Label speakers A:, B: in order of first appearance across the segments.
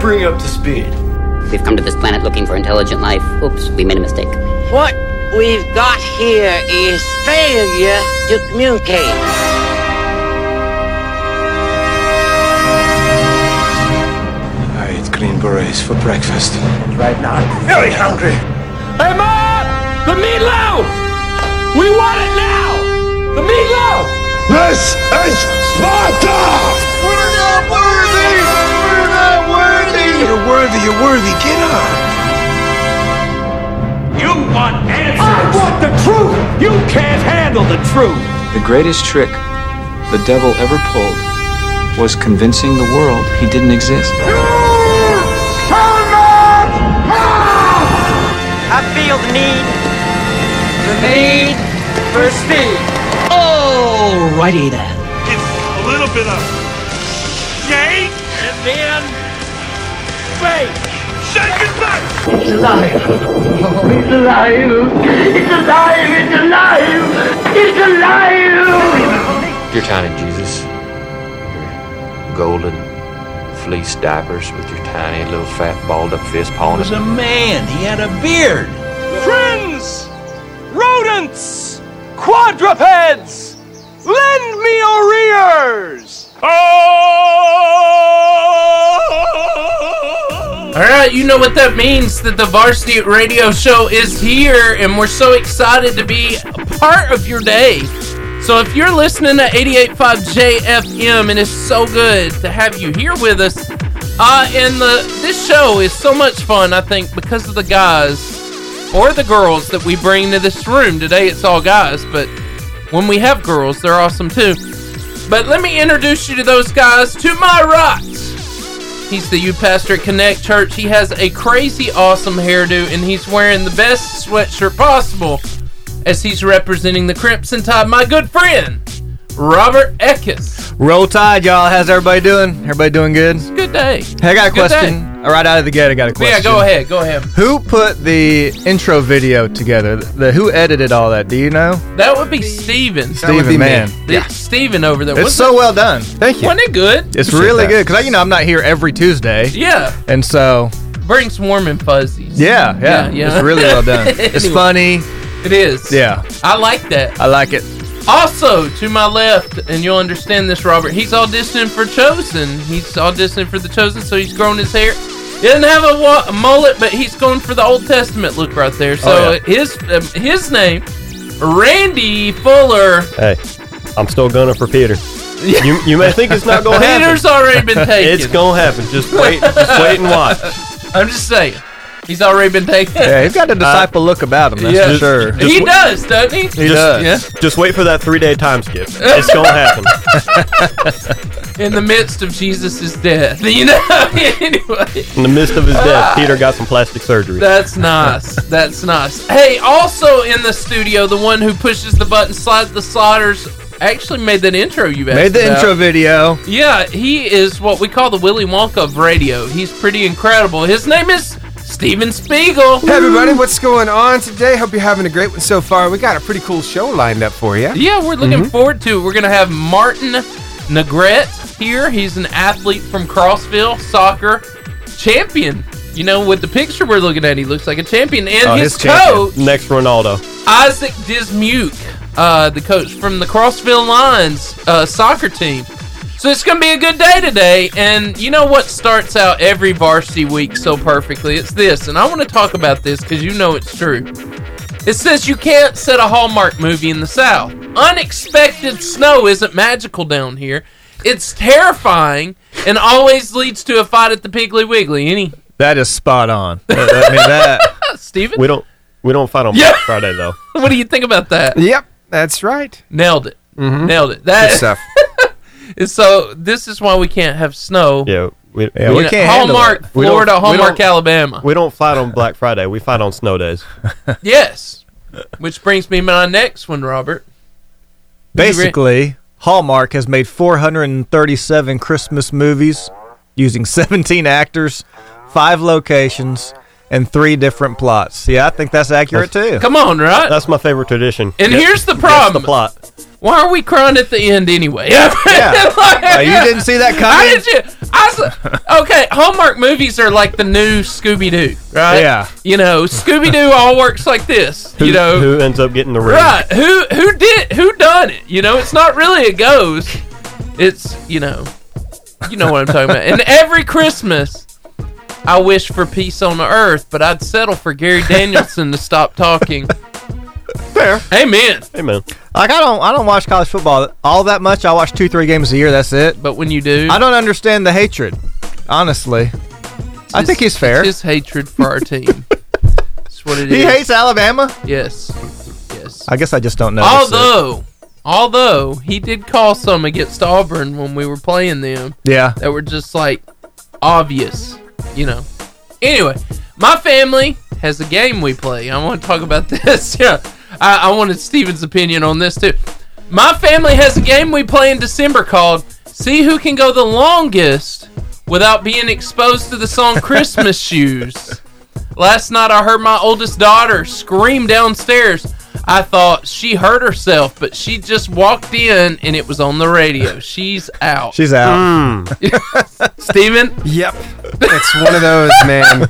A: bring up to speed.
B: We've come to this planet looking for intelligent life. Oops, we made a mistake.
C: What we've got here is failure to communicate.
A: I eat green berets for breakfast.
D: Right now,
A: Very hungry.
E: Hey, Mom! The meatloaf! We want it now! The meatloaf!
A: This is Sparta!
D: we're not worthy. We're not worthy.
A: You're worthy, you're worthy. Get up!
E: You want answers! I want the truth! You can't handle the truth!
F: The greatest trick the devil ever pulled was convincing the world he didn't exist.
C: I feel the need. The need for speed.
D: Oh.
C: Alrighty then.
G: It's a little bit of shake and then bake. Shake and bake.
H: Your tiny Jesus. Your golden fleece diapers with your tiny little fat balled up fist pawing at
G: was a man. He had a beard.
E: Friends! Rodents! Quadrupeds! Lend me your ears!
G: Oh!
I: All right, you know what that means that the Varsity Radio Show is here, and we're so excited to be a part of your day. So, if you're listening to 885 JFM, and it's so good to have you here with us. Uh, and the this show is so much fun, I think, because of the guys or the girls that we bring to this room. Today it's all guys, but when we have girls, they're awesome too. But let me introduce you to those guys to my right. He's the youth pastor at Connect Church. He has a crazy awesome hairdo, and he's wearing the best sweatshirt possible as he's representing the Crimson Tide. My good friend, Robert Eckes.
J: Roll Tide, y'all. How's everybody doing? Everybody doing good?
I: Good day.
J: Hey, I got a
I: Good
J: question.
I: day.
J: Right out of the gate, I got a question.
I: Yeah, go ahead. Go ahead.
J: Who put the intro video together? The who edited all that? Do you know?
I: That would be Steven.
J: Steven,
D: would be
J: man.
D: me.
I: It's Steven over there.
J: It's
I: Wasn't-
J: so well done. Thank
I: Wasn't it good?
J: It's really
D: that.
J: good because you know I'm not here every Tuesday,
I: Yeah.
J: and so
I: Brings warm and fuzzies.
J: yeah,
I: Yeah,
J: yeah,
I: yeah.
J: it's really well done. It's
I: Anyway.
J: funny.
I: It is.
J: Yeah,
I: I like that.
J: I like it.
I: Also, to my left, and you'll understand this, Robert, he's auditioning for Chosen. He's auditioning for the Chosen, so he's growing his hair. He doesn't have a, wa- a mullet, but he's going for the Old Testament look right there. So
J: Oh, yeah.
I: his um, his name, Randy Fuller.
H: Hey, I'm still gunning for Peter. You, you may think it's not going to happen.
I: Peter's already been taken.
H: It's going to happen. Just wait, just wait and watch.
I: I'm just saying, he's already been taken.
J: Yeah, he's
K: Uh,
J: got a disciple look about him. That's
I: yeah.
J: for sure.
H: Just
I: he
H: wa-
I: does, doesn't he?
J: He does.
I: Yeah.
H: Just wait for that three day time skip. It's going to happen.
I: In the midst of Jesus' death, you know. anyway.
H: In the midst of his death, Peter got some plastic surgery.
I: That's nice. That's nice. Hey, also in the studio, the one who pushes the button, slides the sliders, actually made that intro you asked
J: Made the
I: about.
J: intro video.
I: Yeah, he is what we call the Willy Wonka of radio. He's pretty incredible. His name is Steven Spiegel.
L: Hey everybody, what's going on today? Hope you're having a great one so far. We got a pretty cool show lined up for you.
I: Yeah, we're looking
J: Mm-hmm.
I: forward to. it. We're gonna have Martin Negret here. He's an athlete from Crossville, soccer champion. You know, with the picture we're looking at, he looks like a champion. And
J: Oh,
I: his
J: he's champion.
I: coach,
H: Next Ronaldo.
I: Isaac Dismuke, uh, the coach from the Crossville Lions uh, soccer team. So it's going to be a good day today. And you know what starts out every varsity week so perfectly? It's this. And I want to talk about this because you know it's true. It says you can't set a Hallmark movie in the South. Unexpected snow isn't magical down here. It's terrifying and always leads to a fight at the Piggly Wiggly. Any,
J: That is spot on. I mean that.
I: Steven?
H: We don't we don't fight on
I: Yeah.
H: Black Friday though.
I: What do you think about that?
L: Yep, that's right.
I: Nailed it. Nailed it.
L: Good
I: That,
L: stuff.
I: So this is why we can't have snow.
H: Yeah, we,
J: Yeah, we
H: we,
I: You know,
J: can't handle
I: Hallmark,
H: We don't-
I: Florida,
H: we
I: Hallmark,
H: don't-
I: Alabama.
H: we don't fight on Black Friday. We fight on snow days.
I: yes. Which brings me to my next one, Robert.
J: Basically, Hallmark has made 437 Christmas movies using 17 actors, five locations, and three different plots. Yeah, I think that's accurate too.
I: Come on, right?
H: That's my favorite tradition.
I: and
H: Guess-
I: here's the
H: guess
I: problem.
H: the plot.
I: Why are we crying at the end anyway?
J: Yeah.
I: Like,
J: Uh, you didn't see that
I: How
J: coming.
I: did you? I that's okay. Hallmark movies are like the new Scooby Doo, right?
K: Yeah.
I: You know, Scooby Doo all works like this.
K: Who,
I: you know,
K: who ends up getting the ring?
I: right? Who who did who done it? You know, it's not really a ghost. It's you know, you know what I'm talking about. And every Christmas, I wish for peace on the earth, but I'd settle for Gary Danielson to stop talking.
K: Fair.
I: Amen.
K: Amen.
J: Like I don't, I don't watch college football all that much. I watch two, three games a year. That's it.
I: But when you do,
J: I don't understand the hatred. Honestly, I think he's fair.
I: His hatred for our team. That's what it is.
J: He hates Alabama.
I: Yes.
J: I guess I just don't know.
I: although, although he did call some against Auburn when we were playing them.
J: Yeah.
I: That were just like obvious, you know. Anyway, my family has a game we play. I want to talk about this. yeah. I, I wanted Steven's opinion on this too. My family has a game we play in December called See Who Can Go the Longest Without Being Exposed to the Song Christmas Shoes. Last night I heard my oldest daughter scream downstairs. I thought she hurt herself, but she just walked in and it was on the radio. She's out.
J: She's out.
I: Steven?
L: Yep. It's one of those, man.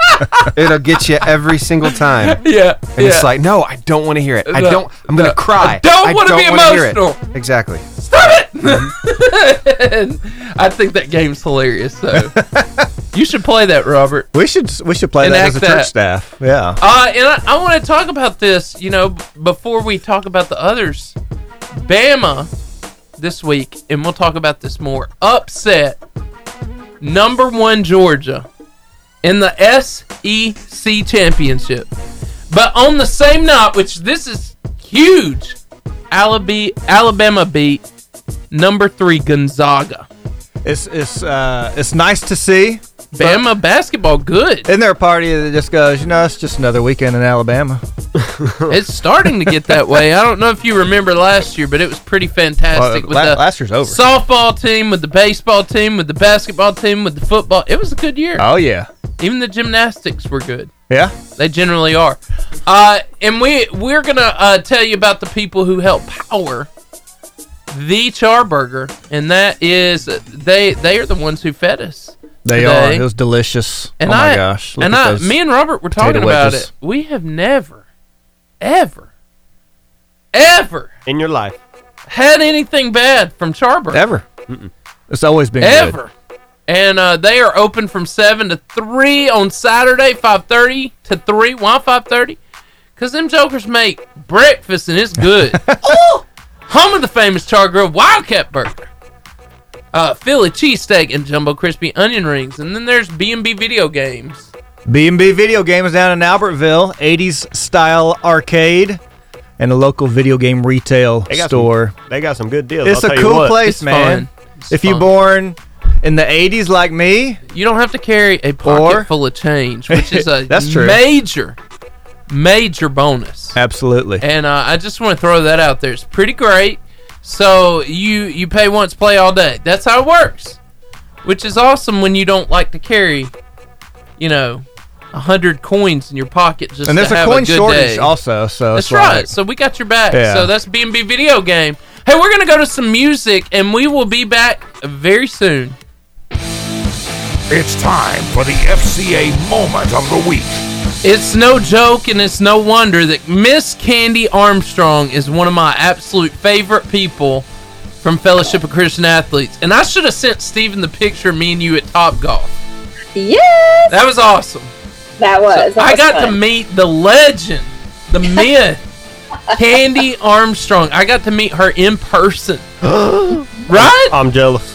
L: It'll get you every single time.
I: Yeah.
L: And it's like, no, I don't want to hear it. I
I: No,
L: don't. I'm gonna
I: no,
L: cry.
I: I don't wanna be
L: wanna hear it."
I: emotional.
L: Exactly.
I: I think that game's hilarious though. you should play that, Robert.
J: We should we should play that as
I: Enact
J: a church
I: that.
J: staff. Yeah.
I: Uh, and I, I want to talk about this, you know, b- before we talk about the others. Bama this week, and we'll talk about this more. Upset number one Georgia in the SEC championship. But on the same night, which this is huge, Alabama, Alabama beat number three Gonzaga.
J: It's it's uh it's nice to see.
I: Bama basketball good.
J: Isn't there a party that just goes, you know, it's just another weekend in Alabama.
I: it's starting to get that way. I don't know if you remember last year, but it was pretty fantastic.
J: Well,
I: with
J: la-
I: the
J: last year's over.
I: Softball team, with the baseball team, with the basketball team, with the football. It was a good year.
J: Oh yeah.
I: Even the gymnastics were good.
J: Yeah.
I: They generally are. Uh, and we we're gonna uh, tell you about the people who help power the Charburger, and that is they they are the ones who fed us.
J: They
I: today.
J: are. It was delicious.
I: And
J: oh my
I: I,
J: gosh. Look
I: and
J: at
I: I,
J: those
I: me and Robert were
J: potato
I: talking about
J: wedges.
I: it. We have never, ever, ever
K: in your life
I: had anything bad from Charburger
J: Ever. It's always been good.
I: ever. And uh, they are open from seven to three on Saturday, five thirty to three. Why five thirty? Cause them jokers make breakfast and it's good. Ooh! Home of the famous char grilled wildcat burger, uh, Philly cheesesteak and jumbo crispy onion rings, and then there's B and B video games.
J: B&B Video Games down in Albertville, 80s style arcade and a local video game retail
K: They got some-
J: store.
K: they got some good deals.
J: it's
K: I'll
J: a
K: tell you
J: cool
K: what.
J: place, man. If you born in the 80s like me,
I: You don't have to carry a pocket
J: Or-
I: full of change, which is a
J: That's true.
I: major, major bonus.
J: absolutely.
I: And uh, I just want to throw that out there. It's pretty great. So you you pay once, play all day. That's how it works, which is awesome when you don't like to carry, you know, a hundred coins in your pocket just
J: And there's
I: to
J: a
I: have
J: coin
I: good
J: shortage
I: day.
J: also, so
I: That's
J: it's like-
I: right. so we got your back.
J: Yeah.
I: So that's B and B video game. Hey, we're gonna go to some music, and we will be back very soon.
M: It's time for the FCA moment of the week.
I: It's no joke and it's no wonder that Miss Candy Armstrong is one of my absolute favorite people from Fellowship of Christian Athletes. And I should have sent Steven the picture of me and you at Top Golf.
N: Yes,
I: That was awesome.
N: that was. that
I: I
N: was
I: got
N: fun.
I: to meet the legend, the myth, Candy Armstrong. I got to meet her in person. right?
K: I'm jealous.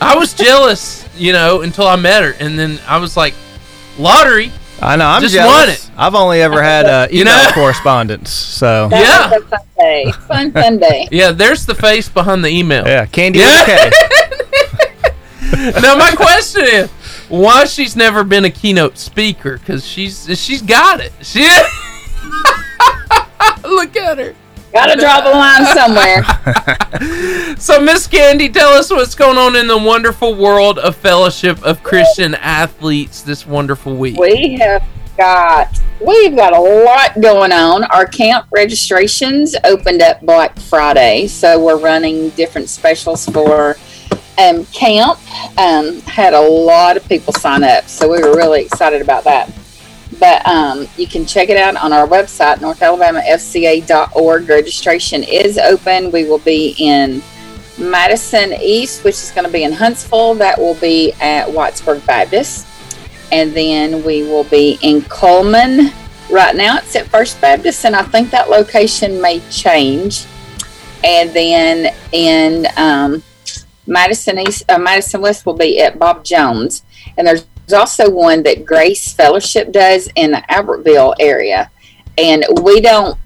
I: I was jealous, you know, until I met her. And then I was like, lottery.
J: I know. I'm
I: Just
J: jealous.
I: want it.
J: I've only ever had uh, email
I: You know?
J: correspondence. So
N: That was a fun day. Fun, fun day.
I: Yeah, there's the face behind the email.
J: yeah, Candy
I: Yeah.
J: okay.
I: now my question is why she's never been a keynote speaker because she's she's got it she look at her
N: Gotta draw the line somewhere.
I: so miss candy tell us what's going on in the wonderful world of fellowship of christian athletes this wonderful week
N: We have got we've got a lot going on. Our camp registrations opened up Black Friday, so we're running different specials for um, camp um, had a lot of people sign up, so we were really excited about that. But um, you can check it out on our website, northalabamafca.org. Registration is open. We will be in Madison East, which is going to be in Huntsville. That will be at Wattsburg Baptist. And then we will be in Coleman. Right now it's at First Baptist, and I think that location may change. And then in um, Madison East, uh, Madison West will be at Bob Jones. And there's also one that Grace Fellowship does in the Albertville area. And we don't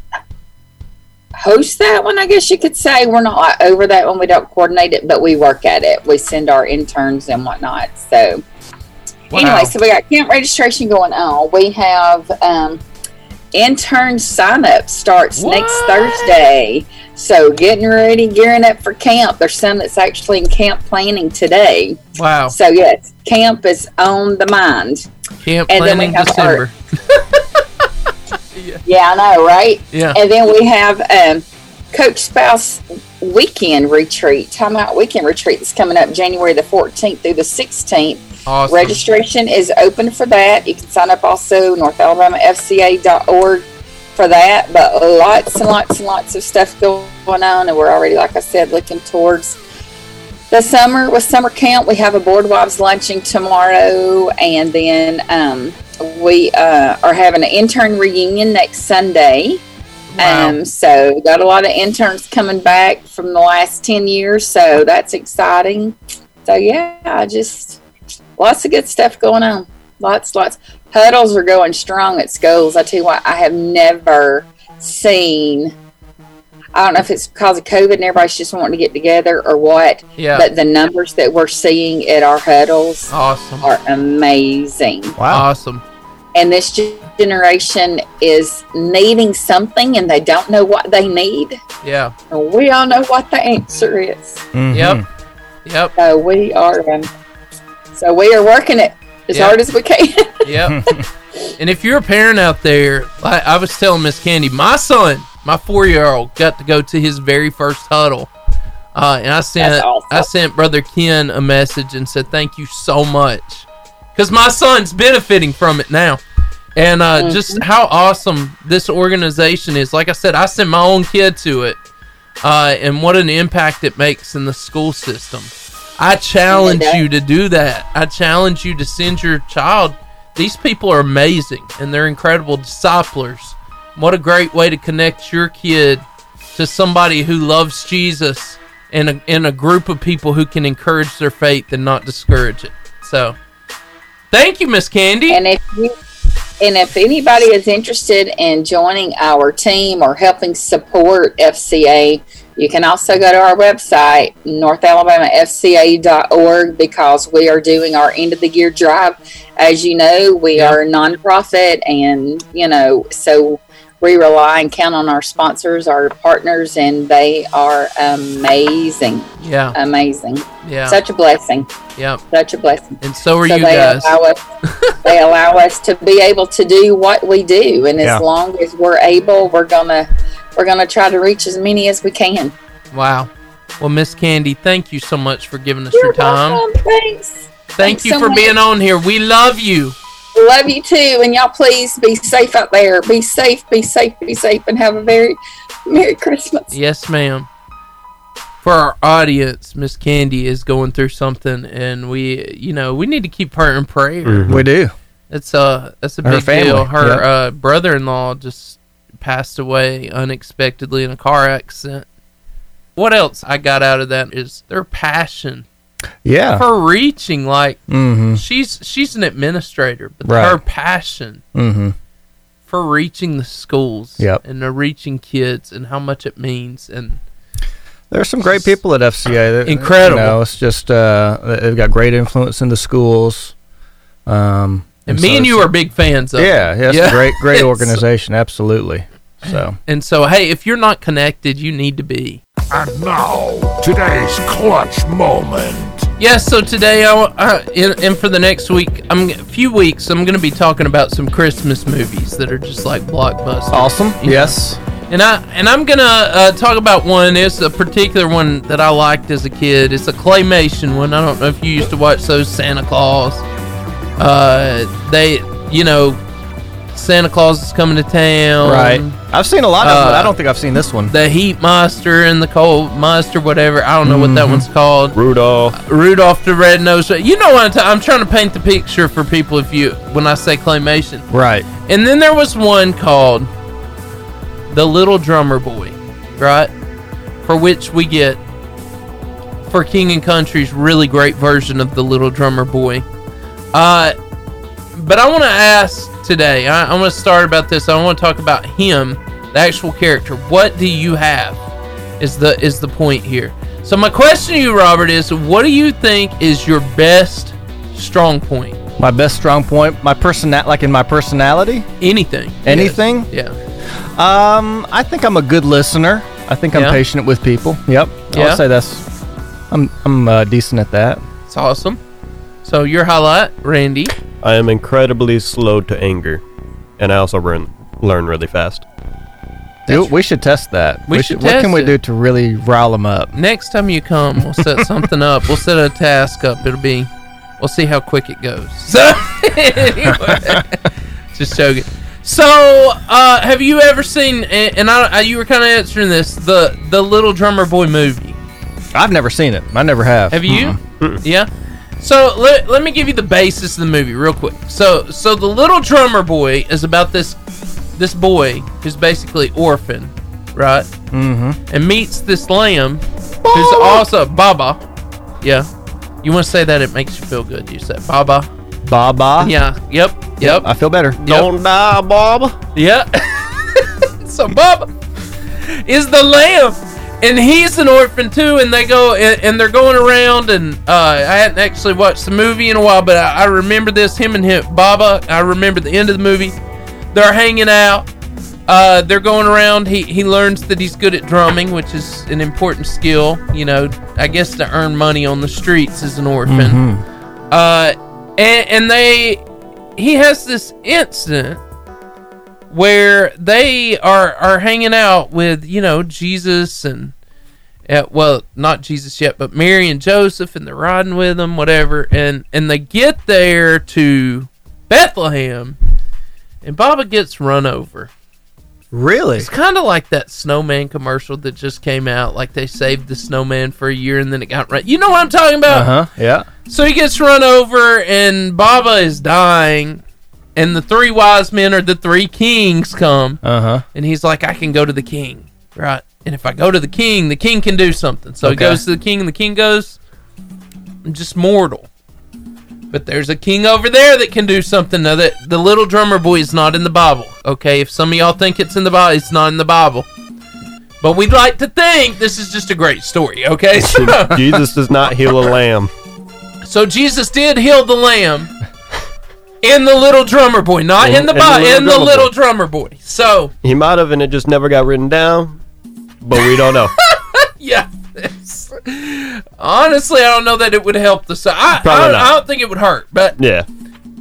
N: host that one, I guess you could say. We're not like, over that one. We don't coordinate it, but we work at it. We send our interns and whatnot. So, anyway, so we got camp registration going on. We have um, intern sign up starts next Thursday. So, getting ready, gearing up for camp. There's some that's actually in camp planning today.
I: Wow.
N: So, yes, camp is on the mind.
I: Camp
N: And then we
I: planning
N: have
I: December.
N: Yeah, I know, right?
I: Yeah.
N: And then we have um, Coach Spouse Weekend Retreat, Time Out Weekend Retreat that's coming up January the 14th through the 16th.
I: Awesome.
N: Registration is open for that. You can sign up also northalabamafca.org for that. But lots and lots and lots of stuff going on, and we're already, like I said, looking towards the summer with summer camp. We have a board wives luncheon tomorrow, and then um, we uh, are having an intern reunion next Sunday. Um, so got a lot of interns coming back from the last ten years, so that's exciting. So yeah, I just lots of good stuff going on. Lots, lots. Huddles are going strong at schools. I tell you what, I have never seen. I don't know if it's because of COVID and everybody's just wanting to get together or what.
I: Yeah. Oh.
N: But the numbers that we're seeing at our huddles
I: Awesome.
N: are amazing.
I: Awesome.
N: And this ge- generation is needing something and they don't know what they need.
I: Yeah.
N: And we all know what the answer is.
I: Yep. Yep.
N: So we are. Um, so we are working it as
I: Yeah.
N: hard as we can.
I: Yep. and if you're a parent out there, like I was telling Miss Candy, my son, my four year old, got to go to his very first huddle. Uh, and I sent
E: That's awesome.
I: I sent Brother Ken a message and said thank you so much because my son's benefiting from it now, and uh,
E: Mm-hmm.
I: just how awesome this organization is. Like I said, I sent my own kid to it, uh, and what an impact it makes in the school system. I challenge
E: Yeah.
I: you to do that. I challenge you to send your child. These people are amazing and they're incredible disciplers. What a great way to connect your kid to somebody who loves Jesus and a, and a group of people who can encourage their faith and not discourage it. So, thank you, Miss Candy.
N: And if you, and if anybody is interested in joining our team or helping support FCA, you can also go to our website, northalabamafca.org, because we are doing our end of the year drive. As you know, we are a nonprofit, and, you know, so we rely and count on our sponsors, our partners, and they are amazing.
I: Yeah.
N: Um, Amazing.
I: Yeah.
N: Such a blessing.
I: Yeah.
N: Such a blessing.
I: And so are you
N: they
I: guys.
N: Allow us, they allow us to be able to do what we do, and
I: Yeah.
N: as long as we're able, we're gonna we're gonna try to reach as many as we can.
I: Wow. Well, Miss Candy, thank you so much for giving us your
N: You're
I: time.
N: welcome. Thanks.
I: Thank
N: Thanks
I: you
N: so
I: for
N: much.
I: being on here. We love you.
N: Love you too, and y'all please be safe out there. Be safe. Be safe. Be safe, and have a very merry Christmas.
I: Yes, ma'am. For our audience, Miss Candy is going through something, and we, you know, we need to keep her in prayer.
J: Mhm. We do.
I: It's a that's a
J: Her
I: big deal.
J: family,
I: Her
J: yep.
I: uh, brother-in-law just passed away unexpectedly in a car accident. What else I got out of that is their passion.
J: Yeah.
I: her reaching like
J: Mhm.
I: she's she's an administrator, but
J: Right.
I: her passion
J: Mm-hmm.
I: for reaching the schools
J: Yep.
I: and the reaching kids and how much it means and
J: There's some great people at FCA. That,
I: Incredible.
J: You know, it's just uh, they've got great influence in the schools. Um,
I: and, me
J: so it's-
I: and you are big fans of
J: Yeah,
I: it.
J: yeah, it's a great, great
I: So-
J: organization. Absolutely. So
I: and so hey if you're not connected you need to be
M: And now, today's clutch moment.
I: Yes, so today, I, uh, and, and for the next week, I'm a few weeks, I'm going to be talking about some Christmas movies that are just like blockbusters.
J: Awesome.
I: you know?
J: Yes.
I: And I and I'm gonna uh, talk about one. It's a particular one that I liked as a kid. It's a claymation one. I don't know if you used to watch those Santa Claus. Uh, they, you know, Santa Claus is coming to town.
J: Right. I've seen a lot of them, but I
I: Um, Uh,
J: don't think I've seen this one.
I: The heat monster and the cold monster, whatever. I don't know what that
J: Mhm.
I: one's called. Rudolph. Rudolph the red nosed You know what I'm, ta- I'm trying to paint the picture for people if you when I say claymation.
J: Right.
I: And then there was one called The Little Drummer Boy, right? For which we get for King and Country's really great version of The Little Drummer Boy. Uh but I want to ask today. I, I want to start about this. I want to talk about him, the actual character. What do you have? Is the is the point here? So my question to you, Robert, is what do you think is your best strong point?
J: My best strong point, Uh, my person, like in my personality,
I: anything,
J: anything.
I: Yeah.
J: Um, I think I'm a good listener. I think I'm
I: Yeah.
J: patient with people. Yep. I
I: Yeah.
J: would say that's. I'm I'm uh, decent at that.
I: It's awesome. So your highlight, Randy.
K: I am incredibly slow to anger, and I also learn learn really fast.
J: Dude, we should test that.
I: We should
J: What can
I: test
J: we
I: it.
J: do to really rile them up?
I: Next time you come, we'll set something up. We'll set a task up. It'll be, we'll see how quick it goes. So, anyway, just joking. So, uh, have you ever seen? And and I, I you were kind of answering this the the Little Drummer Boy movie.
J: I've never seen it. I never have.
I: Have you?
J: Mm.
I: Yeah. So let, let me give you the basis of the movie real quick. So so the little drummer boy is about this this boy who's basically orphan, right?
J: Mm-hmm.
I: And meets this lamb who's also Baba. Yeah. You want to say that it makes you feel good. You say Baba.
J: Baba.
I: Yeah. Yep. Yep.
J: I feel better.
I: Don't die, Bob. Yeah. so Bob is the lamb, and he's an orphan too. And they go and, and they're going around. And uh, I hadn't actually watched the movie in a while, but I, I remember this. Him and him, Baba. I remember the end of the movie. They're hanging out. Uh, they're going around. He he learns that he's good at drumming, which is an important skill. You know, I guess to earn money on the streets as an orphan.
J: Mhm.
I: Uh, and, and they, he has this incident where they are are hanging out with you know Jesus and, uh, well, not Jesus yet, but Mary and Joseph, and they're riding with them, whatever. And and they get there to Bethlehem, and Baba gets run over.
J: Really?
I: It's kind of like that snowman commercial that just came out. Like they saved the snowman for a year and then it got run. You know what I'm talking about?
J: Uh huh. Yeah.
I: So he gets run over, and Baba is dying, and the three wise men or the three kings come,
J: Uh huh.
I: and he's like, "I can go to the king, right? And if I go to the king, the king can do something." So he
J: Okay.
I: goes to the king, and the king goes, "I'm just mortal." But there's a king over there that can do something. Now that the little drummer boy is not in the Bible. Okay, if some of y'all think it's in the Bible, it's not in the Bible. But we'd like to think this is just a great story. Okay, so-
K: Jesus does not heal a lamb.
I: so Jesus did heal the lamb in the little drummer boy, not in,
K: In-
I: the
K: in the
I: Bible,
K: little
I: in the
K: drummer
I: little
K: boy.
I: drummer boy. So
K: He might have, and it just never got written down. But we don't know.
I: yeah, this- honestly, I don't know that it would help the. So I, I,
K: Probably
I: don't,
K: not.
I: I don't think it would hurt, but
K: yeah.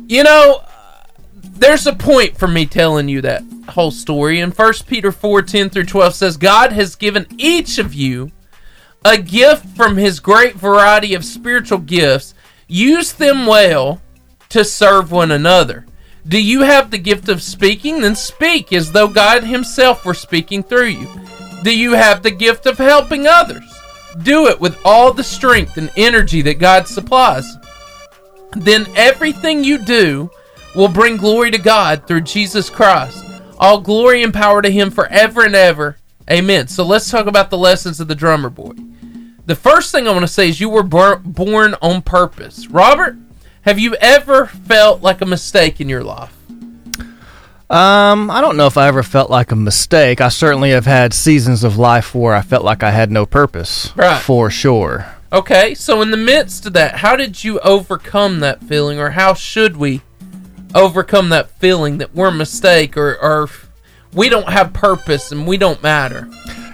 I: you know, there's a point for me telling you that whole story. And First Peter four ten through 12 says, God has given each of you a gift from his great variety of spiritual gifts. Use them well to serve one another. Do you have the gift of speaking? Then speak as though God himself were speaking through you. Do you have the gift of helping others? Do it with all the strength and energy that God supplies then everything you do will bring glory to God through Jesus Christ. All glory and power to Him forever and ever. Amen. So let's talk about the lessons of the drummer boy. The first thing I want to say is you were bor- born on purpose. Robert, have you ever felt like a mistake in your life?
J: Um, I don't know if I ever felt like a mistake. I certainly have had seasons of life where I felt like I had no purpose.
I: Right.
J: For sure.
I: Okay, so in the midst of that, how did you overcome that feeling, or how should we overcome that feeling that we're a mistake, or, or we don't have purpose and we don't matter?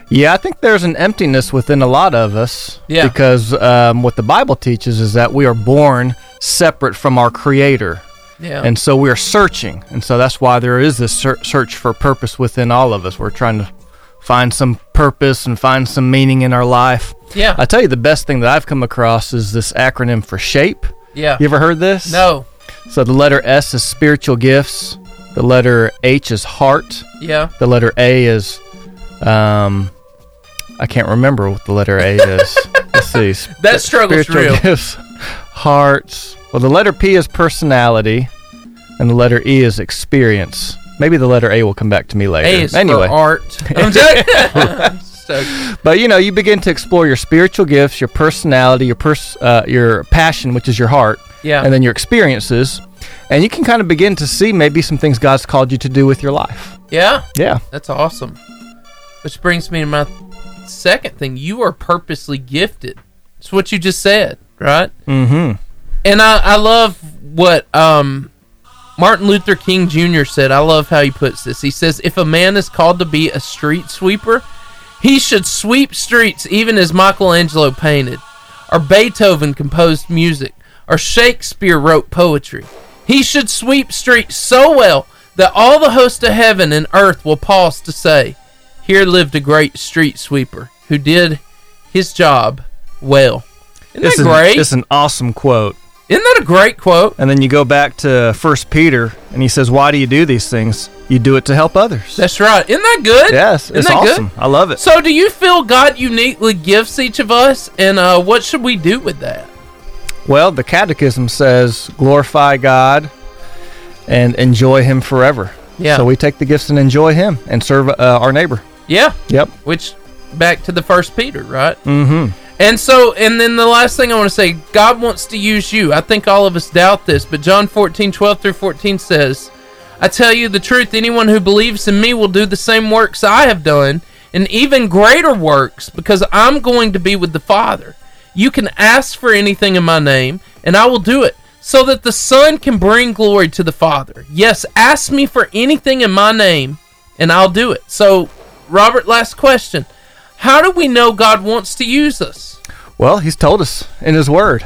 J: Yeah, I think there's an emptiness within a lot of us.
I: Yeah.
J: Because um, what the Bible teaches is that we are born separate from our Creator.
I: Yeah.
J: And so we are searching, and so that's why there is this ser- search for purpose within all of us. We're trying to find some purpose and find some meaning in our life.
I: Yeah.
J: I tell you, the best thing that I've come across is this acronym for SHAPE.
I: Yeah.
J: You ever heard this?
I: No.
J: So the letter S is spiritual gifts. The letter H is heart.
I: Yeah.
J: The letter A is, um, I can't remember what the letter A is. Let's see. Sp-
I: That struggle's
J: spiritual
I: real.
J: Gifts, hearts. Well, the letter P is personality, and the letter E is experience. Maybe the letter A will come back to me later.
I: A is for
J: anyway,
I: art. I'm joking. I'm joking.
J: but you know, you begin to explore your spiritual gifts, your personality, your pers- uh, your passion, which is your heart,
I: Yeah.
J: and then your experiences, and you can kind of begin to see maybe some things God's called you to do with your life.
I: Yeah.
J: Yeah.
I: That's awesome. Which brings me to my second thing. You are purposely gifted. It's what you just said, right?
J: Mm-hmm.
I: And I, I love what um, Martin Luther King Jr. said. I love how he puts this. He says, If a man is called to be a street sweeper, he should sweep streets even as Michelangelo painted, or Beethoven composed music, or Shakespeare wrote poetry. He should sweep streets so well that all the hosts of heaven and earth will pause to say, Here lived a great street sweeper who did his job well. Isn't
J: It's
I: that
J: an-
I: great?
J: it's an awesome quote.
I: Isn't that a great quote?
J: And then you go back to First Peter, and he says, "Why do you do these things? You do it to help others."
I: That's right. Isn't that good?
J: Yes,
I: Isn't
J: it's
I: that
J: awesome. I love
I: good?
J: it.
I: So, do you feel God uniquely gifts each of us, and uh, what should we do with that?
J: Well, the Catechism says, "Glorify God and enjoy Him forever."
I: Yeah.
J: So we take the gifts and enjoy Him and serve uh, our neighbor.
I: Yeah.
J: Yep.
I: Which back to the first Peter, right?
J: Mm-hmm.
I: And so, and then the last thing I want to say, God wants to use you. I think all of us doubt this, but John 14, 12 through 14 says, I tell you the truth, anyone who believes in me will do the same works I have done, and even greater works, because I'm going to be with the Father. You can ask for anything in my name, and I will do it, so that the Son can bring glory to the Father. Yes, ask me for anything in my name, and I'll do it. So, Robert, last question. How do we know God wants to use us?
J: Well, He's told us in His Word.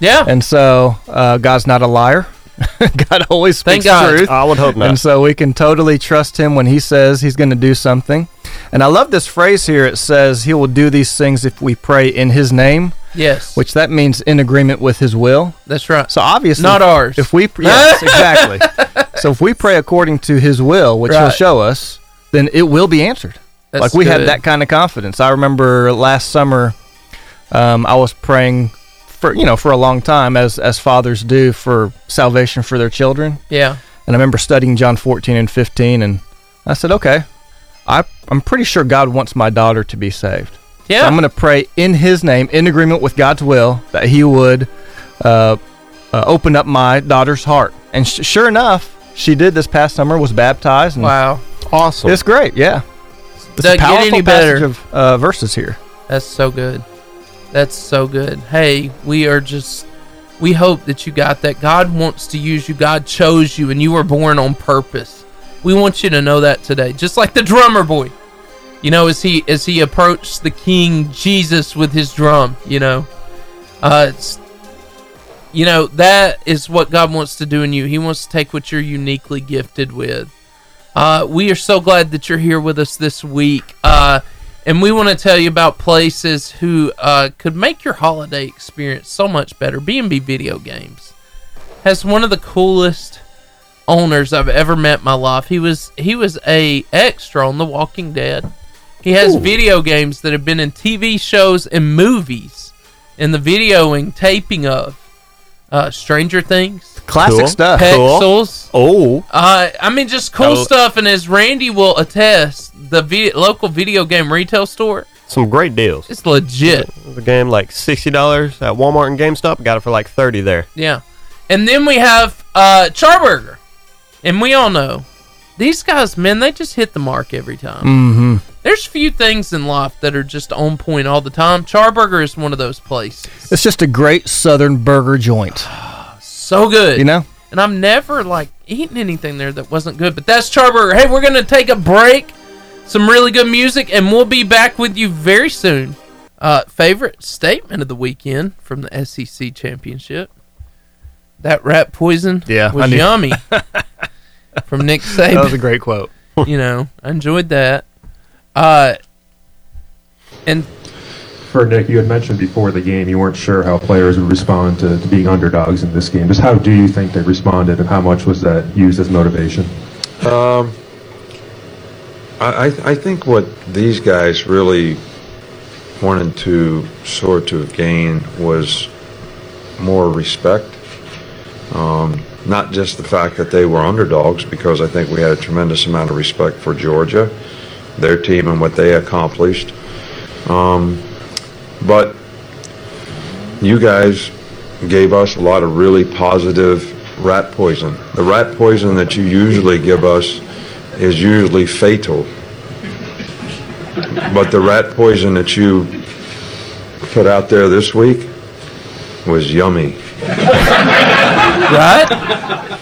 I: Yeah.
J: And so uh, God's not a liar. God always
I: Thank
J: speaks
I: God.
J: truth.
I: I would hope not.
J: And so we can totally trust Him when He says He's going to do something. And I love this phrase here. It says He will do these things if we pray in His name.
I: Yes.
J: Which that means in agreement with His will.
I: That's right.
J: So obviously,
I: Not ours.
J: If we yes, exactly. So if we pray according to His will, which He'll
I: Right.
J: show us, then it will be answered.
I: That's
J: like we have
I: good.
J: that kind of confidence. I remember last summer, um, I was praying for you know for a long time as as fathers do for salvation for their children.
I: Yeah.
J: And I remember studying John 14 and 15, and I said, okay, I I'm pretty sure God wants my daughter to be saved.
I: Yeah.
J: So I'm going to pray in His name, in agreement with God's will, that He would uh, uh, open up my daughter's heart. And sh- sure enough, she did this past summer, was baptized. And
I: wow.
J: Awesome. It's great. Yeah. It's
I: Doesn't get any better.
J: passage of uh, verses here.
I: That's so good. That's so good. Hey, we are just we hope that you got that. God wants to use you. God chose you and you were born on purpose. We want you to know that today. Just like the drummer boy. You know, as he as he approached the King Jesus with his drum, you know. Uh it's you know, that is what God wants to do in you. He wants to take what you're uniquely gifted with. Uh, we are so glad that you're here with us this week. Uh, and we want to tell you about places who uh, could make your holiday experience so much better. B&B Video Games has one of the coolest owners I've ever met in my life. He was he was a extra on The Walking Dead. He has video games that have been in TV shows and movies, and the videoing taping of uh, Stranger Things,
J: Classic Cool. stuff. Cool. Oh.
I: Pexels.
K: Oh,
I: uh, I mean, just cool
K: Hello.
I: stuff. And as Randy will attest, the vi- local video game retail store
K: some great deals.
I: It's legit.
K: The game like sixty dollars at Walmart and GameStop. Got it for like thirty there.
I: Yeah. And then we have uh Charburger. And we all know these guys, man, they just hit the mark every time.
J: Mm-hmm.
I: There's few things in life that are just on point all the time. Charburger is one of those places.
J: It's just a great southern burger joint.
I: So good.
J: You know?
I: And I've never like eaten anything there that wasn't good. But that's Charburger. Hey, we're gonna take a break, some really good music, and we'll be back with you very soon. Uh, favorite statement of the weekend from the SEC championship. That rat poison
J: Yeah, I
I: was
J: knew-
I: yummy from Nick Saban.
J: That was a great quote.
I: you know, I enjoyed that. Uh, and
O: For Nick, you had mentioned before the game you weren't sure how players would respond to, to being underdogs in this game. Just how do you think they responded, and how much was that used as motivation?
P: Um, I, I I think what these guys really wanted to sort of gain was more respect. Um, not just the fact that they were underdogs, because I think we had a tremendous amount of respect for Georgia, their team, and what they accomplished. Um, but you guys gave us a lot of really positive rat poison. The rat poison that you usually give us is usually fatal. But the rat poison that you put out there this week was yummy.
I: right?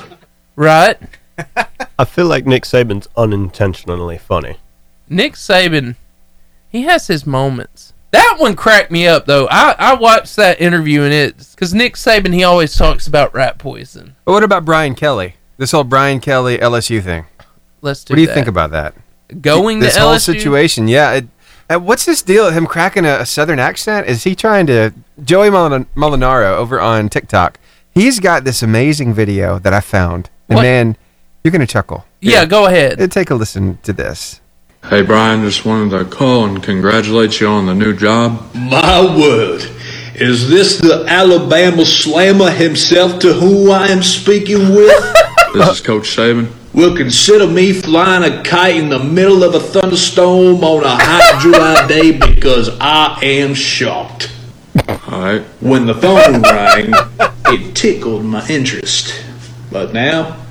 I: Right?
K: I feel like Nick Saban's unintentionally funny.
I: Nick Saban, he has his moments. That one cracked me up though. I, I watched that interview and it's because Nick Saban he always talks about rat poison.
L: But what about Brian Kelly? This whole Brian Kelly LSU thing.
I: Let's do
L: What do you
I: that.
L: think about that?
I: Going to
L: this whole
I: LSU?
L: situation, yeah. It, uh, what's this deal? with Him cracking a, a southern accent? Is he trying to Joey Molin- Molinaro over on TikTok? He's got this amazing video that I found, and
Q: What?
L: man, you're gonna chuckle.
I: Yeah, go ahead.
L: take a listen to this.
Q: Hey, Brian, just wanted to call and congratulate you on the new job.
R: My word, is this the Alabama slammer himself to whom I am speaking with?
Q: This is Coach Saban.
R: Will consider me flying a kite in the middle of a thunderstorm on a hot July day because I am shocked.
Q: All right.
R: When the phone rang, it tickled my interest. But now,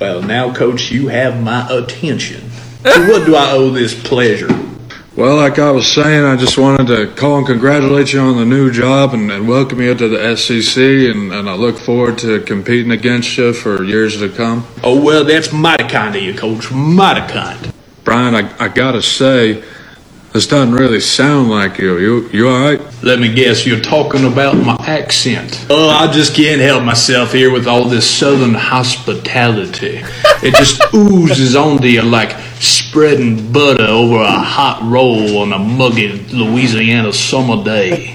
R: well, now, coach, you have my attention. To what do I owe this pleasure?
Q: Well, like I was saying, I just wanted to call and congratulate you on the new job and, and welcome you to the SEC, and, and I look forward to competing against you for years to come.
R: Oh, well, that's mighty kind of you, coach. Mighty kind.
Q: Brian, I, I gotta say, this doesn't really sound like you. You you all right?
R: Let me guess, you're talking about my accent. Oh, I just can't help myself here with all this southern hospitality. It just oozes onto you like spreading butter over a hot roll on a muggy Louisiana summer day.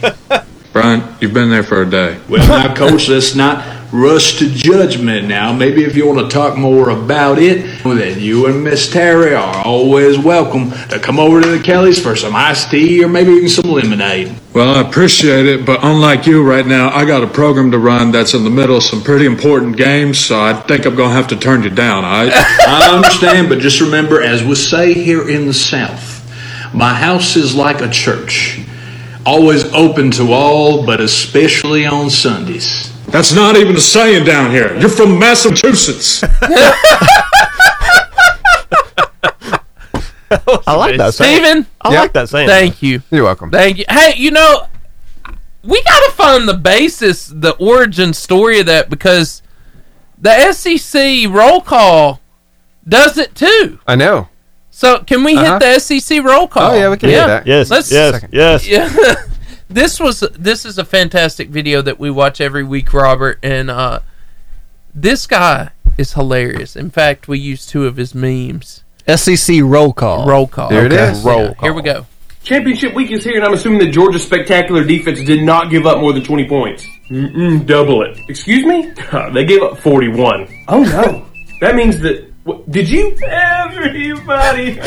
Q: Brian, you've been there for a day.
R: Well, now, coach, let's not rush to judgment now. Maybe if you want to talk more about it, well, then you and Miss Terry are always welcome to come over to the Kellys for some iced tea or maybe even some lemonade.
Q: Well, I appreciate it, but unlike you right now, I got a program to run that's in the middle of some pretty important games, so I think I'm gonna have to turn you down, all right?
R: I understand, but just remember, as we say here in the South, my house is like a church, always open to all, but especially on Sundays.
Q: That's not even a saying down here. You're from Massachusetts.
K: I like that saying.
I: Steven?
K: I like that saying.
I: Thank you.
L: You're welcome.
I: Thank you. Hey, you know, we gotta find the basis, the origin story of that because the SEC roll call does it too.
L: I know.
I: So can we
L: Uh-huh.
I: hit the SEC roll call?
L: Oh, yeah, we can do that. Yes, yes, Second. yes.
I: Yeah. this was this is a fantastic video that we watch every week, Robert, and uh, this guy is hilarious. In fact, we used two of his memes.
J: SEC E roll call.
I: Roll call.
J: There it
I: Okay.
J: is.
I: Roll Here we go.
S: Championship week is here, and I'm assuming the Georgia spectacular defense did not give up more than 20 points. Mm-mm, double it. Excuse me? they gave up 41. Oh no. that means that. What, did you? Everybody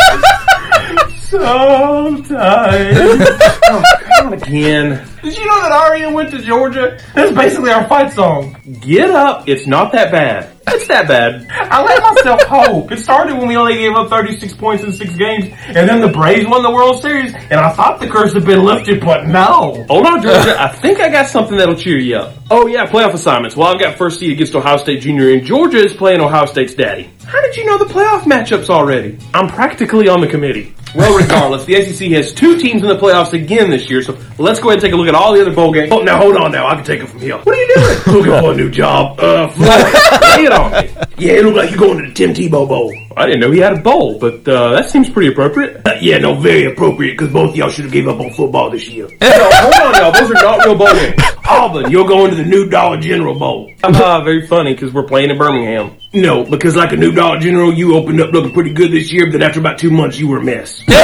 S: hurts sometimes. oh, come again. Did you know that Aria went to Georgia? That's basically our fight song. Get up. It's not that bad. It's that bad. I let myself hope. It started when we only gave up 36 points in six games, and then the Braves won the World Series, and I thought the curse had been lifted, but no. Hold on, Georgia. I think I got something that'll cheer you up. Oh, yeah, playoff assignments. Well, I've got first seed against Ohio State Junior, and Georgia is playing Ohio State's daddy. How did you know the playoff matchups already? I'm practically on the committee. Well, regardless, the SEC has two teams in the playoffs again this year, so let's go ahead and take a look at all the other bowl games. Oh, now hold on now. I can take it from here. What are you doing? Looking for a new job. Uh, Lay it on me. Yeah, it looked like you're going to the Tim Tebow Bowl. I didn't know he had a bowl, but uh, that seems pretty appropriate.
G: yeah, no, very appropriate because both y'all should have gave up on football this year.
S: no, hold on now. Those are not real bowl games. Auburn, you're going to the new Dollar General Bowl. Ah, very funny because we're playing in Birmingham. No, because like a new Dollar General, you opened up looking pretty good this year, but after about two months, you were a mess. like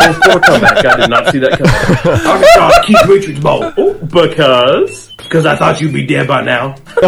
S: a full score comeback, I did not see that coming. Arkansas Keith Richards Bowl. Oh, because because I thought you'd be dead by now.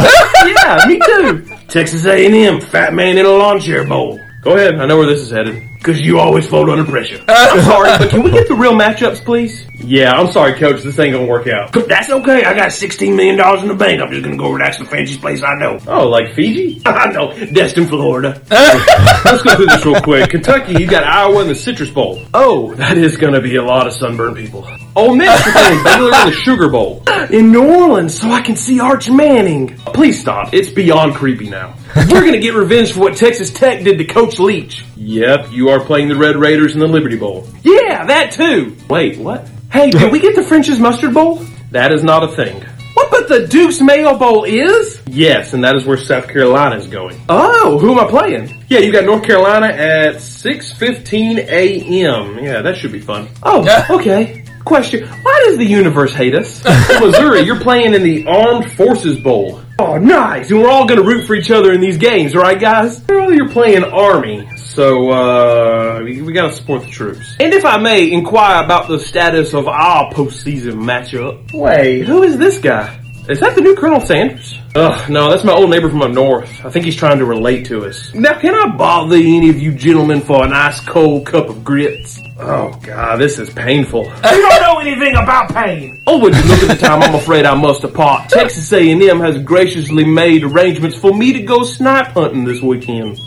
S: yeah, me too. Texas A&M, Fat Man in a Lawn Chair Bowl. Go ahead, I know where this is headed. Because you always fold under pressure. I'm sorry, but can we get the real matchups, please? Yeah, I'm sorry, coach. This ain't gonna work out. That's okay. I got $16 million in the bank. I'm just gonna go relax in the fanciest place I know. Oh, like Fiji? I know. Destin, Florida. Let's go through this real quick. Kentucky, you got Iowa in the Citrus Bowl. Oh, that is gonna be a lot of sunburned people. Ole Miss is playing Baylor in the Sugar Bowl. In New Orleans, so I can see Arch Manning. Please stop. It's beyond creepy now. We're gonna get revenge for what Texas Tech did to Coach Leach. Yep, you are playing the Red Raiders in the Liberty Bowl. Yeah, that too. Wait, what? Hey, did we get the French's Mustard Bowl? That is not a thing. What, but the Duke's Mayo Bowl is? Yes, and that is where South Carolina is going. Oh, who am I playing? Yeah, you got North Carolina at 6.15 a.m. Yeah, that should be fun. Oh, okay. Question, why does the universe hate us? Missouri, you're playing in the Armed Forces Bowl. Oh, nice. And we're all going to root for each other in these games, right, guys? Well, you're playing Army, so uh, we, we got to support the troops. And if I may inquire about the status of our postseason matchup. Wait, who is this guy? Is that the new Colonel Sanders? Ugh, no, that's my old neighbor from up north. I think he's trying to relate to us. Now, can I bother any of you gentlemen for a nice cold cup of grits? Oh, God, this is painful. You don't know anything about pain. Oh, would you look at the time? I'm afraid I must depart. Texas A&M has graciously made arrangements for me to go snipe hunting this weekend.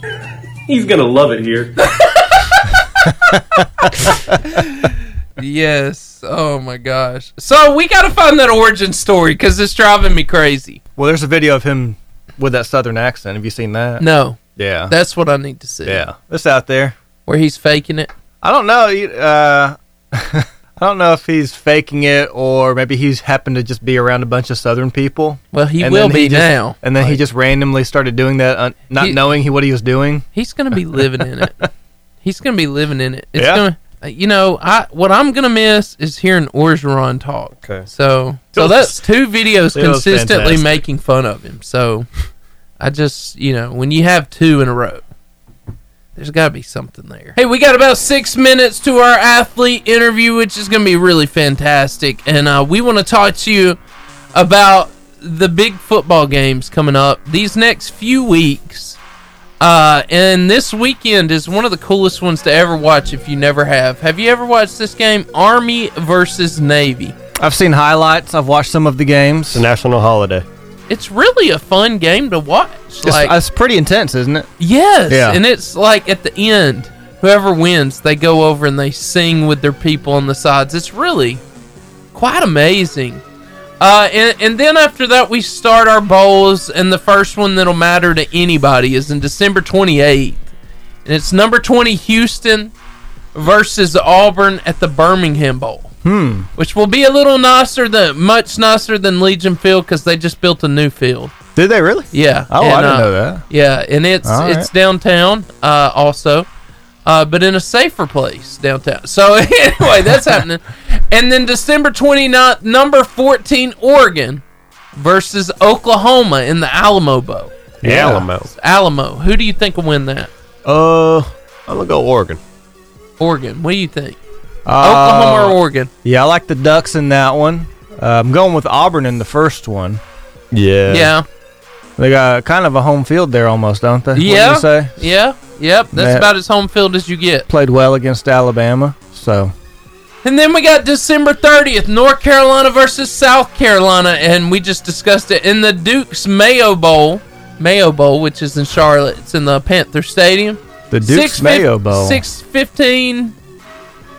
S: He's gonna love it here.
I: yes. Oh my gosh. So we gotta find that origin story because it's driving me crazy.
J: Well, there's a video of him with that southern accent. Have you seen that?
I: No.
J: Yeah.
I: That's what I need to see.
J: yeah. It's out there.
I: Where he's faking it.
J: I don't know. you- Uh, I don't know if he's faking it or maybe he's happened to just be around a bunch of Southern people.
I: Well, he
J: And
I: will
J: then
I: be
J: just-
I: now.
J: And then he just randomly started doing that, uh, not knowing he, what he was doing.
I: He's gonna be living in it. He's gonna be living in it. It's
J: Yeah.
I: gonna. uh, You know, I what I'm gonna miss is hearing Orgeron talk. Okay. So so
J: It was-
I: that's two videos
J: it was
I: consistently
J: fantastic.
I: making fun of him. So I just you know when you have two in a row, there's got to be something there. Hey, we got about six minutes to our athlete interview, which is going to be really fantastic. And uh, we want to talk to you about the big football games coming up these next few weeks. Uh, and this weekend is one of the coolest ones to ever watch if you never have. Have you ever watched this game? Army versus Navy.
J: I've seen highlights. I've watched some of the games. It's a
K: national holiday.
I: It's really a fun game to watch.
J: It's, it's pretty intense, isn't it?
I: Yes.
J: Yeah.
I: And it's like at the end, whoever wins, they go over and they sing with their people on the sides. It's really quite amazing. Uh, and, and then after that, we start our bowls, and the first one that'll matter to anybody is in December 28th. And it's number 20 Houston versus Auburn at the Birmingham Bowl
J: Hmm.
I: which will be a little nicer than much nicer than Legion Field because they just built a new field.
J: Did they really?
I: Yeah.
J: Oh, I didn't
I: uh,
J: know that.
I: Yeah, and it's
J: All
I: it's
J: right.
I: downtown uh, also, uh, but in a safer place downtown. So anyway, that's happening. And then December 29th, number fourteen, Oregon versus Oklahoma in the Alamo Bowl.
K: The Yeah. Alamo.
I: Alamo. Who do you think will win that?
K: Uh, I'm gonna go Oregon.
I: Oregon. What do you think?
J: Uh,
I: Oklahoma or Oregon?
J: Yeah, I like the Ducks in that one. Uh, I'm going with Auburn in the first one.
K: Yeah.
I: Yeah.
J: They got kind of a home field there almost, don't they? Wouldn't you
I: Yeah.
J: say?
I: Yeah. Yep. That's
J: That-
I: about as home field as you get.
J: Played well against Alabama, so
I: And then we got December 30th, North Carolina versus South Carolina, and we just discussed it in the Duke's Mayo Bowl. Mayo Bowl, which is in Charlotte. It's in the Panther Stadium.
J: The Duke's Mayo Bowl.
I: 6.15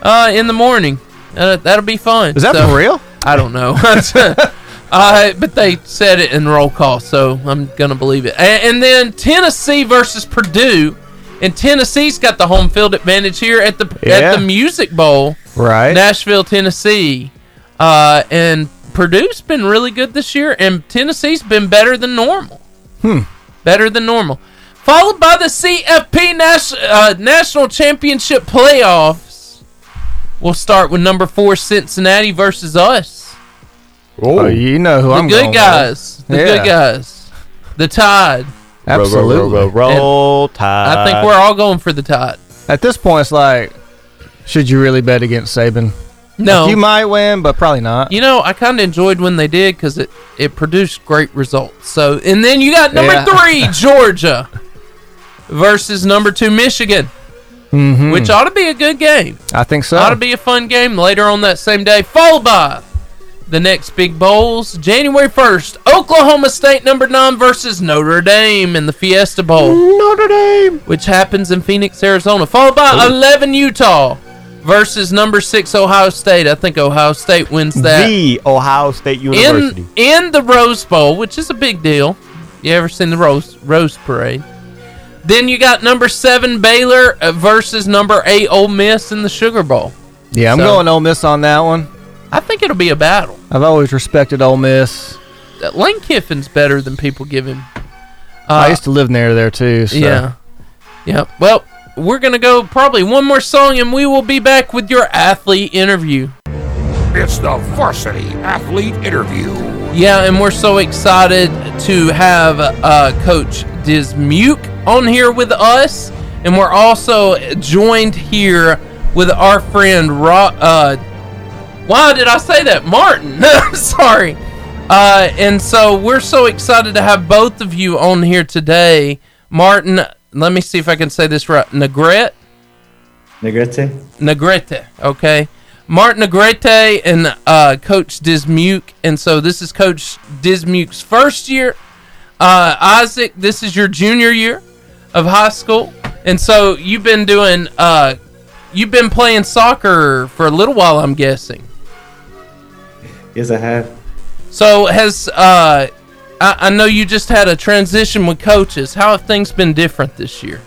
I: uh, in the morning. Uh, that'll be fun.
J: Is that
I: So-
J: for real?
I: I don't know. uh, but they said it in roll call, so I'm going to believe it. A- And, then Tennessee versus Purdue. And Tennessee's got the home field advantage here at the at
J: Yeah.
I: the Music Bowl.
J: right.
I: Nashville, Tennessee. Uh, and Purdue's been really good this year, and Tennessee's been better than normal.
J: Hmm.
I: Better than normal. Followed by the CFP Nas- uh, National Championship playoffs. We'll start with number four Cincinnati versus us.
J: Oh, you know who
I: the
J: I'm
I: good
J: going
I: guys.
J: With.
I: The good guys. The Tide.
J: Absolutely. Roll, roll, roll, roll,
I: And I think
J: Tide.
I: we're all going for the Tide.
J: At this point, it's like, should you really bet against Saban?
I: No.
J: Like, you might win, but probably not.
I: You know, I kind of enjoyed when they did because it, it produced great results. So, and then you got number
J: Yeah.
I: three, Georgia, versus number two, Michigan,
J: Mm-hmm.
I: which ought to be a good game.
J: I think so.
I: Ought to be a fun game later on that same day, followed by the next big bowls. January 1st, Oklahoma State number 9 versus Notre Dame in the Fiesta Bowl. Notre Dame! Which happens in Phoenix, Arizona. Followed by 11 Utah versus number 6 Ohio State. I think Ohio State wins that.
T: The Ohio State University.
I: in, in the Rose Bowl, which is a big deal. You ever seen the Rose Rose Parade? Then you got number seven Baylor uh, versus number eight Ole Miss in the Sugar Bowl.
J: yeah, I'm
I: So-
J: going Ole Miss on that one.
I: I think it'll be a battle.
J: I've always respected Ole Miss.
I: Uh, Lane Kiffin's better than people give him.
J: I used to live near there too. So.
I: Uh, Yeah. Yeah. Well, we're going to go probably one more song and we will be back with your athlete interview.
M: It's the varsity athlete interview.
I: Yeah, and we're so excited to have uh, Coach Dismuke on here with us, and we're also joined here with our friend Rob. Uh, why did I say that, Martin? I'm sorry. Uh, and so we're so excited to have both of you on here today, Martin. Let me see if I can say this right. Negrete.
T: Negrete?
I: Negrete, okay? Martin Negrete and uh, Coach Dismuke. And so this is Coach Dismuke's first year. Uh, Isaac, this is your junior year of high school. And so you've been doing, uh, you've been playing soccer for a little while, I'm guessing.
T: Yes, I have.
I: So has, uh, I, I know you just had a transition with coaches. How have things been different this year?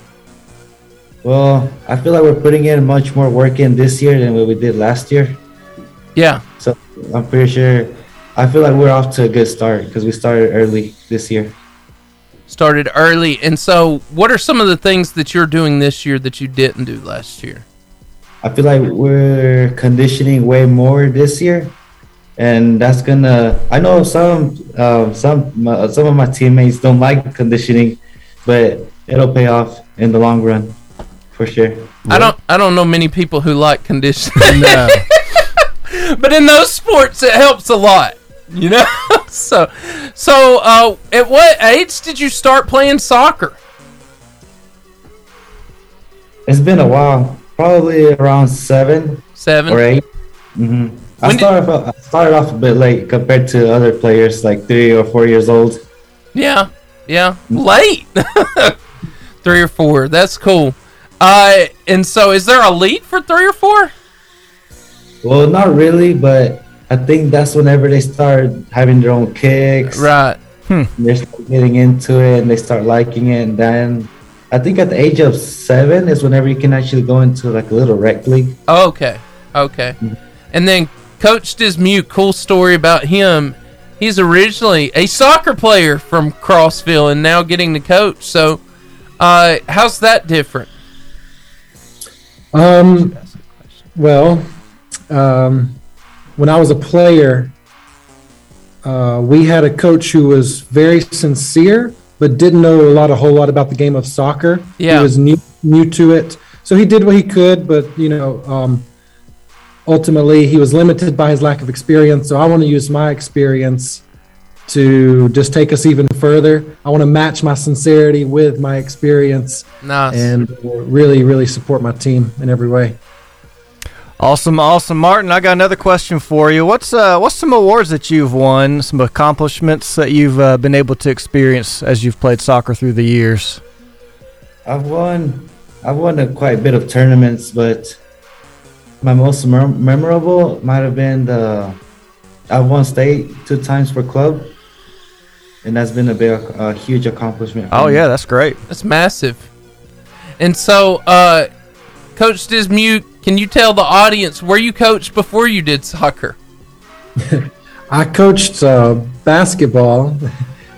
T: Well, I feel like we're putting in much more work in this year than what we did last year.
I: Yeah.
T: So I'm pretty sure. I feel like we're off to a good start because we started early this year.
I: Started early. And so what are some of the things that you're doing this year that you didn't do last year?
T: I feel like we're conditioning way more this year, and that's gonna. I know some um, some uh, some of my teammates don't like conditioning, but it'll pay off in the long run, for sure.
I: I don't I don't know many people who like conditioning. but in those sports it helps a lot. You know? so so uh at what age did you start playing soccer?
T: It's been a while, probably around seven,
I: Seven
T: or 8 Mm-hmm. I started off, I started off a bit late compared to other players, like three or four years old.
I: Yeah. Yeah. Late. three or four. That's cool. Uh and so is there a lead for three or four?
T: Well, not really, but I think that's whenever they start having their own kicks.
I: Right.
T: They start getting into it and they start liking it. And then I think at the age of seven is whenever you can actually go into like a little rec league.
I: Okay. Okay. And then Coach Dismute, cool story about him. He's originally a soccer player from Crossville and now getting to coach. So, uh, how's that different?
U: Um, well, um, when I was a player, uh, we had a coach who was very sincere, but didn't know a lot, a whole lot about the game of soccer.
I: Yeah.
U: He was new, new to it. So he did what he could, but, you know, um, ultimately he was limited by his lack of experience. So I want to use my experience to just take us even further. I want to match my sincerity with my experience
I: Nice.
U: and really, really support my team in every way.
J: Awesome, awesome, Martin. I got another question for you. What's uh, what's some awards that you've won? Some accomplishments that you've uh, been able to experience as you've played soccer through the years?
T: I've won, I've won a quite bit of tournaments, but my most mem- memorable might have been the I've won state two times for club, and that's been a big, a huge accomplishment. for
J: Oh
T: me.
J: yeah, that's great.
I: That's massive. And so, uh, Coach Dismute, can you tell the audience where you coached before you did soccer?
U: I coached uh, basketball,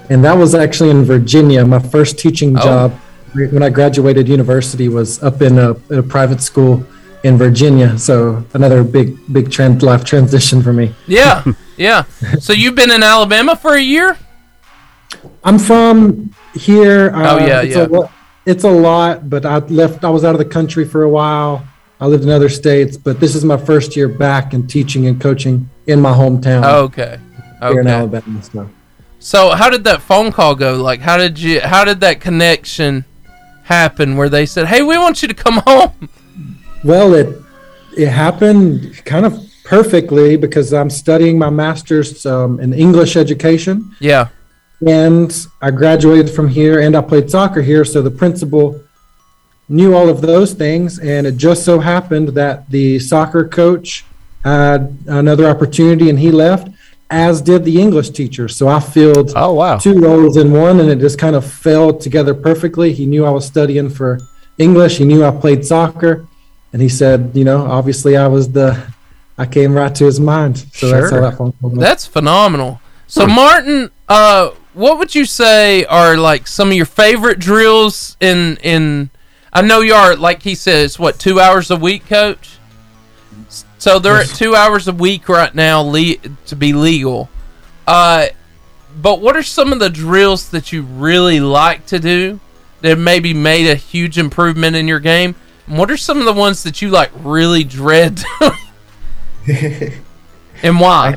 U: and that was actually in Virginia. My first teaching
I: Oh.
U: job when I graduated university was up in a, in a private school in Virginia. So another big big trend life transition for me.
I: Yeah, yeah. So you've been in Alabama for a year?
U: I'm from here. Uh,
I: Oh, yeah,
U: it's
I: yeah.
U: A, lo- it's a lot, but I left. I was out of the country for a while. I lived in other states, but this is my first year back in teaching and coaching in my hometown.
I: Oh, Okay.
U: Here in
I: Okay.
U: Alabama. So.
I: So how did that phone call go? Like how did you how did that connection happen where they said, "Hey, we want you to come home."
U: Well, it it happened kind of perfectly because I'm studying my master's um, in English education.
I: Yeah.
U: and I graduated from here and I played soccer here. So the principal knew all of those things. And it just so happened that the soccer coach had another opportunity and he left, as did the English teacher. So I filled
J: oh, wow.
U: two roles in one and it just kind of fell together perfectly. He knew I was studying for English, he knew I played soccer. And he said, you know, obviously I was the, I came right to his mind. So that's how
I: Sure.
U: that phone call went.
I: That's phenomenal. So Martin, uh what would you say are like some of your favorite drills in in I know you are like he says what 2 hours a week coach? S- So they're at 2 hours a week right now le- to be legal. Uh but what are some of the drills that you really like to do that maybe made a huge improvement in your game? And what are some of the ones that you like really dread doing? and why?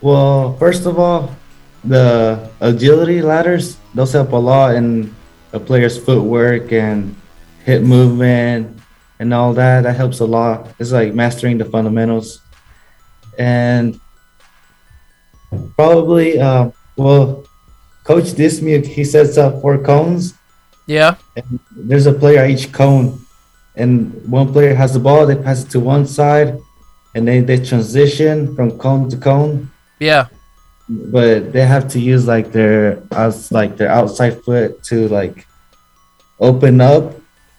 T: Well, first of all, the agility ladders those help a lot in a player's footwork and hip movement and all that. That helps a lot. It's like mastering the fundamentals, and probably uh, well, Coach Dismuke he sets up four cones.
I: Yeah.
T: And there's a player at each cone, and one player has the ball. They pass it to one side, and then they transition from cone to cone
I: Yeah.
T: but they have to use like their outs like their outside foot to like open up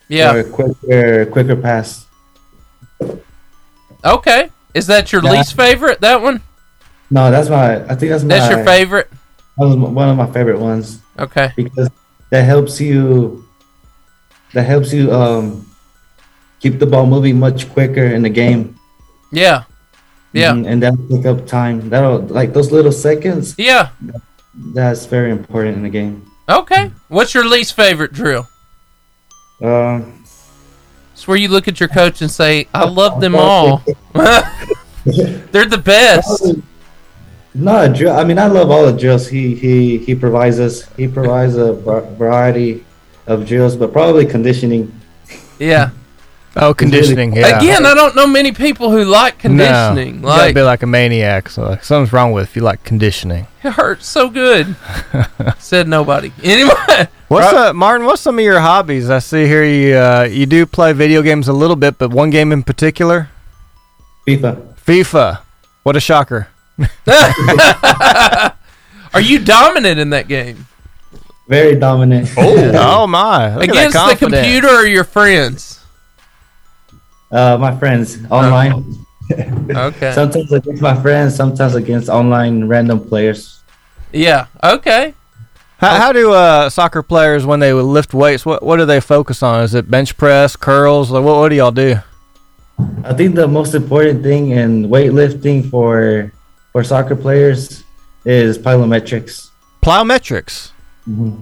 I: Yeah.
T: for a quicker quicker pass
I: Okay. Is that your
T: Yeah.
I: least favorite? That one?
T: no that's my i think that's my
I: That's your favorite?
T: that was one of my favorite ones
I: okay
T: because that helps you that helps you um keep the ball moving much quicker in the game
I: Yeah. Yeah.
T: Mhm, and that'll take up time that'll like those little seconds
I: Yeah.
T: that's very important in the game
I: Okay. What's your least favorite drill?
T: um
I: It's where you look at your coach and say, I love them all. They're the best.
T: No, drill. I mean, I love all the drills he he he provides us. He provides a var- variety of drills, but probably conditioning.
I: Yeah.
J: Oh, conditioning. Yeah.
I: Again, I don't know many people who like conditioning.
J: No, you gotta
I: like
J: be like a maniac. So like, something's wrong with if you like conditioning.
I: it hurts so good. Said nobody. Anyway.
J: What's uh, Martin? What's some of your hobbies? I see here you uh, you do play video games a little bit, but one game in particular,
T: FIFA.
J: FIFA. What a shocker!
I: Are you dominant in that game?
T: Very dominant.
J: Oh, oh my! Look at that
I: Against the
J: confidence.
I: computer or your friends?
T: Uh, my friends online.
I: Oh, Okay.
T: Sometimes against my friends, sometimes against online random players.
I: Yeah. Okay.
J: How, how do uh, soccer players when they would lift weights? What what do they focus on? Is it bench press, curls? Like, what what do y'all do?
T: I think the most important thing in weightlifting for for soccer players is plyometrics.
J: Plyometrics.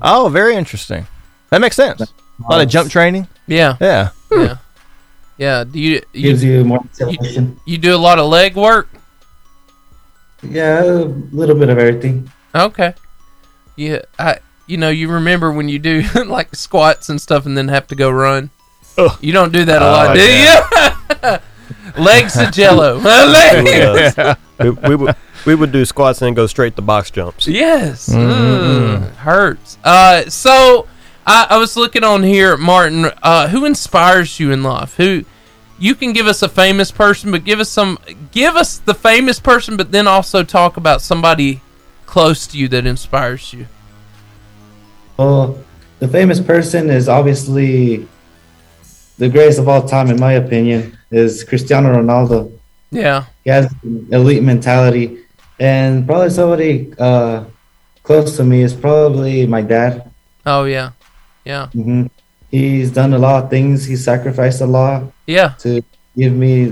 J: Oh, very interesting. That makes sense. A lot of jump training.
I: Yeah.
J: Yeah.
I: Yeah. Yeah. Do you, you
T: Gives you more acceleration.
I: You do a lot of leg work.
T: Yeah, a little bit of everything.
I: Okay. Yeah, I you know you remember when you do like squats and stuff and then have to go run. You don't do that a
E: Oh,
I: lot, do you? Legs of Jello. Legs.
K: Yeah. we, we, would, we would do squats and then go straight to box jumps.
I: Yes.
K: Mm.
J: Mm-hmm.
I: Ugh, hurts. Uh, so I, I was looking on here, Martin. Uh, who inspires you in life? Who you can give us a famous person, but give us some. Give us the famous person, but then also talk about somebody close to you that inspires you.
T: Well, the famous person is obviously the greatest of all time, in my opinion, is Cristiano Ronaldo.
I: Yeah.
T: He has an elite mentality, and probably somebody uh, close to me is probably my dad.
I: Oh yeah. Yeah.
T: hmm He's done a lot of things. He sacrificed a lot.
I: Yeah.
T: To give me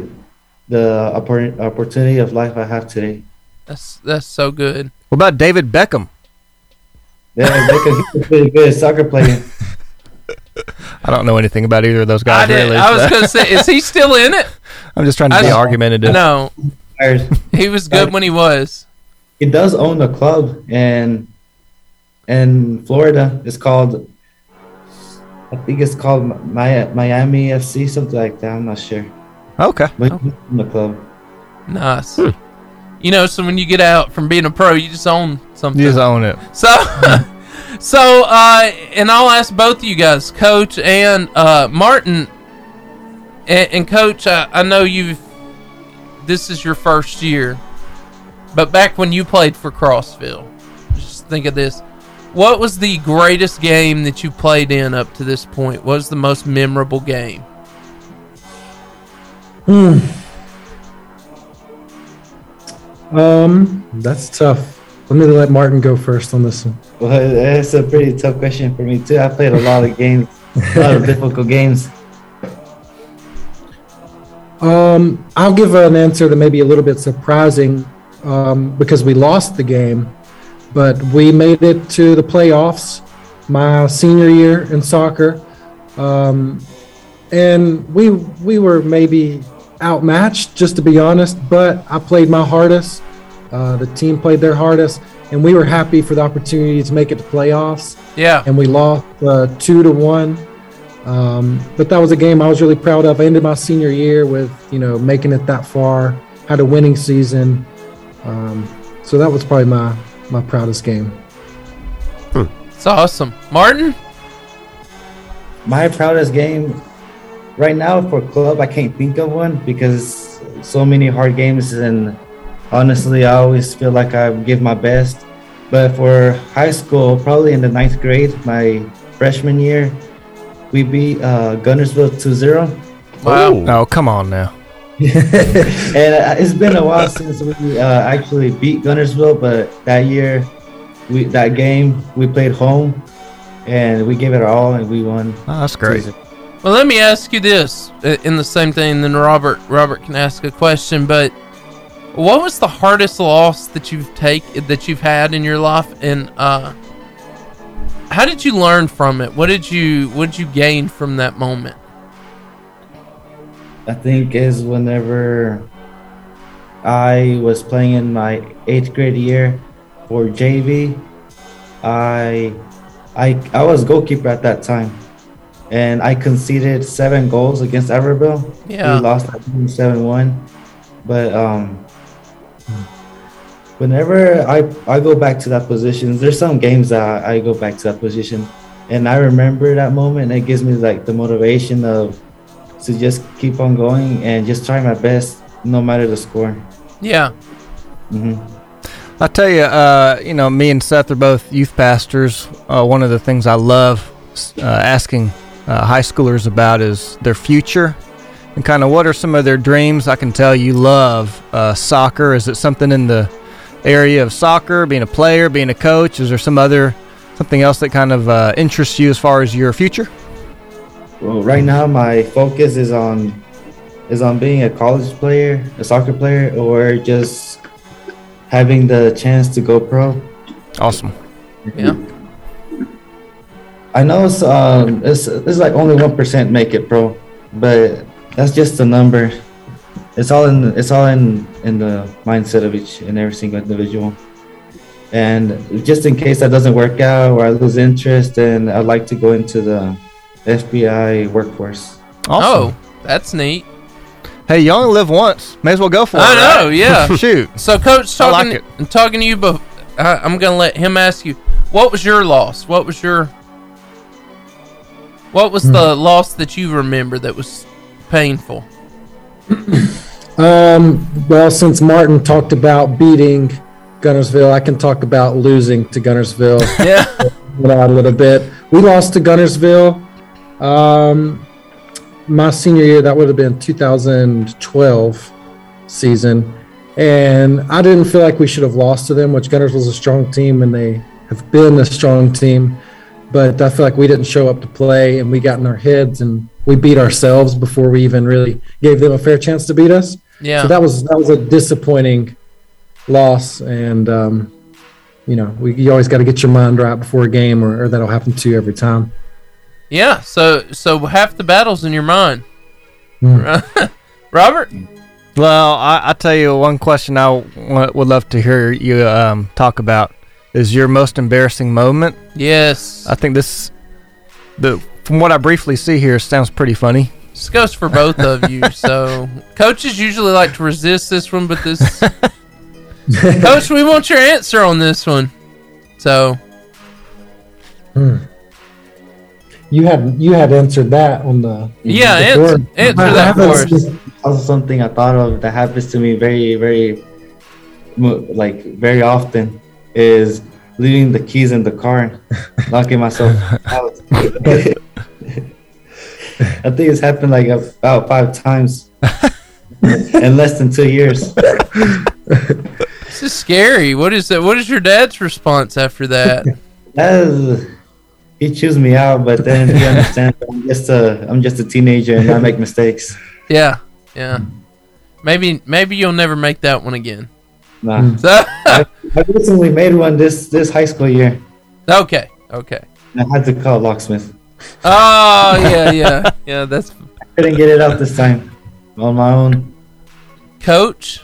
T: the oppor- opportunity of life I have today.
I: That's that's so good.
J: What about David Beckham?
T: Yeah, Beckham, he's a pretty good soccer player.
J: I don't know anything about either of those
I: I
J: guys.
I: did.
J: really,
I: I was
J: so-
I: gonna say, is he still in it?
J: I'm just trying to
I: I
J: be
I: was-
J: argumentative.
I: No, Oh. he was good when he was.
T: He does own a club and in Florida. It's called, I think it's called Mi- Miami FC, something like that. I'm not sure.
J: Okay.
T: But he owns the club.
I: Nice. You know, so when you get out from being a pro, you just own something.
J: You just own it.
I: So, so, uh, and I'll ask both of you guys, Coach and uh, Martin, and, and Coach, I, I know you've. This is your first year, but back when you played for Crossville, just think of this. What was the greatest game that you played in up to this point? What was the most memorable game?
U: Hmm. Um, that's tough. Let me let Martin go first on this one.
T: Well, that's a pretty tough question for me too. I played a lot of games, a lot of difficult games.
U: Um, I'll give an answer that may be a little bit surprising um, because we lost the game, but we made it to the playoffs my senior year in soccer, um, and we we were maybe outmatched just to be honest. But I played my hardest. Uh, the team played their hardest, and we were happy for the opportunity to make it to playoffs.
I: Yeah.
U: and we lost uh, two to one. Um, but that was a game I was really proud of. I ended my senior year with you know making it that far, had a winning season. Um, so that was probably my my proudest game.
I: It's awesome, Martin.
T: My proudest game right now for club, I can't think of one because so many hard games, and honestly, I always feel like I give my best. But for high school, probably in the ninth grade, my freshman year, we beat uh, Gunnersville 2 0.
J: Wow. Oh, come on now.
T: and uh, it's been a while since we uh, actually beat Gunnersville, but that year, we that game we played home, and we gave it our all, and we won.
J: that's
I: great. Well, let me ask you this, uh, in the same thing. Then Robert, Robert can ask a question. But what was the hardest loss that you've take that you've had in your life, and uh, how did you learn from it? What did you What did you gain from that moment?
T: I think is whenever I was playing in my eighth grade year for JV. I, I, I was goalkeeper at that time, and I conceded seven goals against Everville.
I: Yeah.
T: we lost that game seven one, but um. Whenever I, I go back to that position, there's some games that I go back to that position, and I remember that moment. And it gives me like the motivation of to just keep on going and just try my best no matter the score.
I: Yeah.
T: hmm
J: I tell you, uh, you know, me and Seth are both youth pastors. Uh, one of the things I love uh, asking uh, high schoolers about is their future and kind of what are some of their dreams. I can tell you love uh, soccer. Is it something in the area of soccer, being a player, being a coach? Is there some other something else that kind of uh, interests you as far as your future?
T: Well, right now my focus is on is on being a college player, a soccer player, or just having the chance to go pro.
J: Awesome.
I: Yeah.
T: I know it's um it's, it's like only one percent make it pro, but that's just a number. It's all in it's all in in the mindset of each and every single individual. And just in case that doesn't work out or I lose interest, then I'd like to go into the FBI workforce.
J: Awesome.
I: Oh, that's neat.
J: Hey, you only live once. May as well go for it.
I: I know,
J: right?
I: yeah.
J: Shoot.
I: So, Coach,
J: I like
I: talking I'm talking to you, but I, I'm gonna let him ask you. What was your loss? What was your What
J: Hmm.
I: was the loss that you remember that was painful?
U: Um, well, since Martin talked about beating Gunnersville, I can talk about losing to Gunnersville.
I: Yeah,
U: it out a little bit. We lost to Gunnersville. Um, my senior year, that would have been 2012 season, and I didn't feel like we should have lost to them. Which Gunnersville's a strong team, and they have been a strong team. but I feel like we didn't show up to play and we got in our heads and we beat ourselves before we even really gave them a fair chance to beat us.
I: Yeah.
U: So that was that was a disappointing loss, and um, you know we, you always got to get your mind right before a game, or, or that'll happen to you every time.
I: Yeah, so so half the battle's in your mind.
J: Hmm.
I: Robert?
J: Well, I, I tell you one question I w- would love to hear you um, talk about is your most embarrassing moment.
I: Yes.
J: I think this, the from what I briefly see here, sounds pretty funny.
I: This goes for both of you. So coaches usually like to resist this one, but this coach, we want your answer on this one. So
U: Hmm. You had you had answered that on the
I: Yeah,
U: the
I: answer-
U: board.
I: answer
U: I
I: that
U: haven't
I: for us.
U: seen-
T: Also, something I thought of that happens to me very, very, mo- like very often is leaving the keys in the car, and knocking myself out. I think it's happened like about five times in less than two years.
I: this is scary. What is that? What is your dad's response after that?
T: That is, he chews me out, but then he understands. that I'm just a, I'm just a teenager, and I make mistakes.
I: Yeah, yeah. Maybe maybe you'll never make that one again.
T: Nah.
I: So-
T: I, I recently made one this this high school year.
I: Okay, okay.
T: I had to call locksmith.
I: Oh yeah, yeah, yeah. That's
T: I couldn't get it out this time on my own.
I: coach.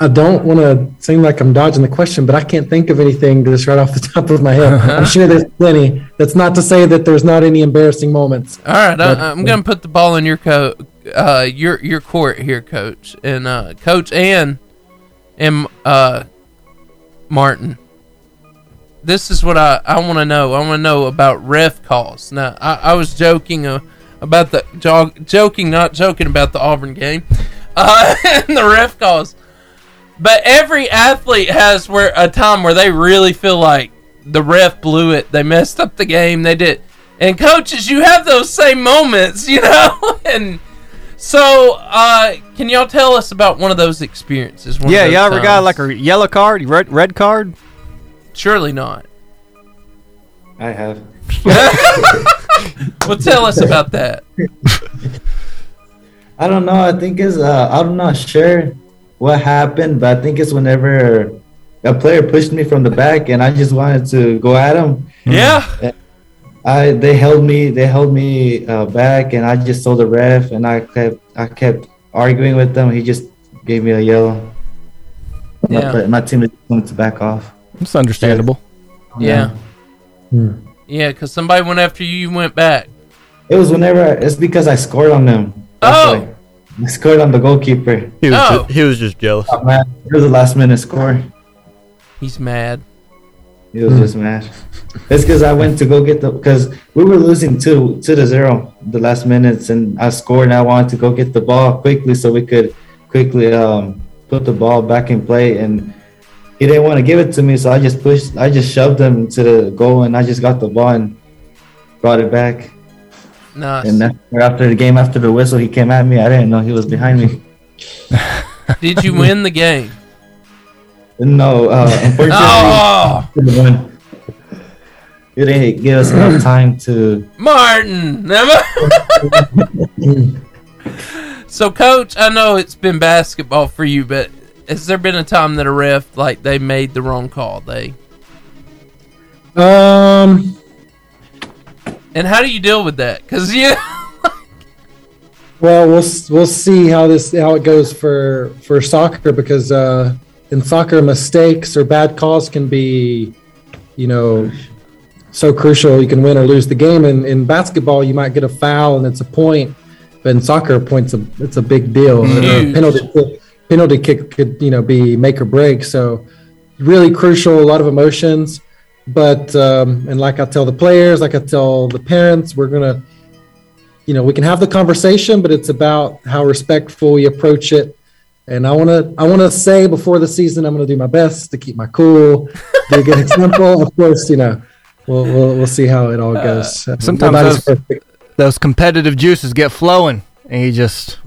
U: I don't want to seem like I'm dodging the question, but I can't think of anything just right off the top of my head.
I: Uh-huh.
U: I'm sure there's plenty. That's not to say that there's not any embarrassing moments.
I: All right, I, I'm gonna put the ball in your co- uh, your your court here, coach, and uh, coach and and uh, Martin. This is what I, I want to know. I want to know about ref calls. Now, I, I was joking uh, about the jog, joking, not joking about the Auburn game uh, and the ref calls. But every athlete has where a time where they really feel like the ref blew it. They messed up the game. They did. And coaches, you have those same moments, you know. and so, uh, can y'all tell us about one of those experiences? One of
J: yeah,
I: those
J: y'all ever got
I: times?
J: like a yellow card, red, red card?
I: Surely not.
T: I have.
I: Well, tell us about that.
T: I don't know. I think it's uh, I'm not sure what happened, but I think it's whenever a player pushed me from the back, and I just wanted to go at him.
I: Yeah.
T: I they held me they held me uh, back, and I just told the ref, and I kept I kept arguing with them. He just gave me a yellow.
I: Yeah.
T: My, my team wanted to back off.
J: It's understandable.
I: Yeah. Yeah, because somebody went after you. You went back.
T: It was whenever it's because I scored on them.
I: Oh,
T: I scored on the goalkeeper.
I: He was Oh. ju-
T: he was just jealous. man. It was a last minute score.
I: he's mad.
T: He was just mad. It's because I went to go get the because we were losing two two to zero the last minutes, and I scored. and I wanted to go get the ball quickly so we could quickly um, put the ball back in play. And he didn't want to give it to me, so I just pushed. I just shoved him to the goal, and I just got the ball and brought it back.
I: Nice.
T: And after, after the game, after the whistle, he came at me. I didn't know he was behind me.
I: Did you win the game?
T: No, uh, unfortunately,
I: Oh!
T: we didn't win. you didn't give us enough time to.
I: Martin. so, coach, I know it's been basketball for you, but has there been a time that a ref like they made the wrong call? They
U: Um,
I: and how do you deal with that? Because you,
U: well, we'll s- we'll see how this how it goes for for soccer because uh, in soccer mistakes or bad calls can be, you know, so crucial. You can win or lose the game. And in basketball, you might get a foul and it's a point, but in soccer, a points a it's a big deal. And a
I: Huge.
U: penalty kick- penalty kick could you know be make or break. So really crucial. A lot of emotions, but um, and like I tell the players, like I tell the parents, we're gonna. You know, we can have the conversation, but it's about how respectful we approach it. And I want to, I want to say before the season, I'm going to do my best to keep my cool, be a good example. Of course, you know, we'll we'll, we'll see how it all goes. Uh, nobody's
J: Sometimes those, those competitive juices get flowing, and you just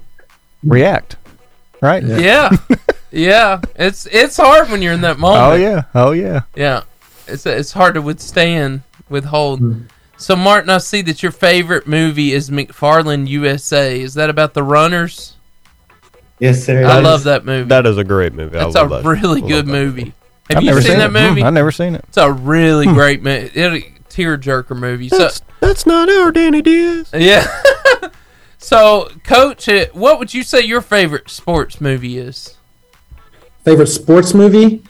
J: react, right?
I: yeah, yeah, it's it's hard when you're in that moment.
J: Oh yeah. Oh yeah.
I: yeah. it's it's hard to withstand withhold.
K: Hmm.
I: So Martin, I see that your favorite movie is McFarlane USA. Is that about the runners?
T: Yes, sir.
I: I love that movie.
K: That is a great movie. I
I: That's a
K: love that.
I: really
K: Love
I: good
K: that.
I: movie. Have
J: I've
I: you
J: never
I: seen,
J: seen
I: that
J: it. Hmm,
I: movie?
J: I've never seen it.
I: It's a really
J: Hmm.
I: great movie. Tearjerker movie. So
K: That's not our Danny Diaz.
I: yeah. so, Coach, uh, what would you say your favorite sports movie is?
U: Favorite sports movie?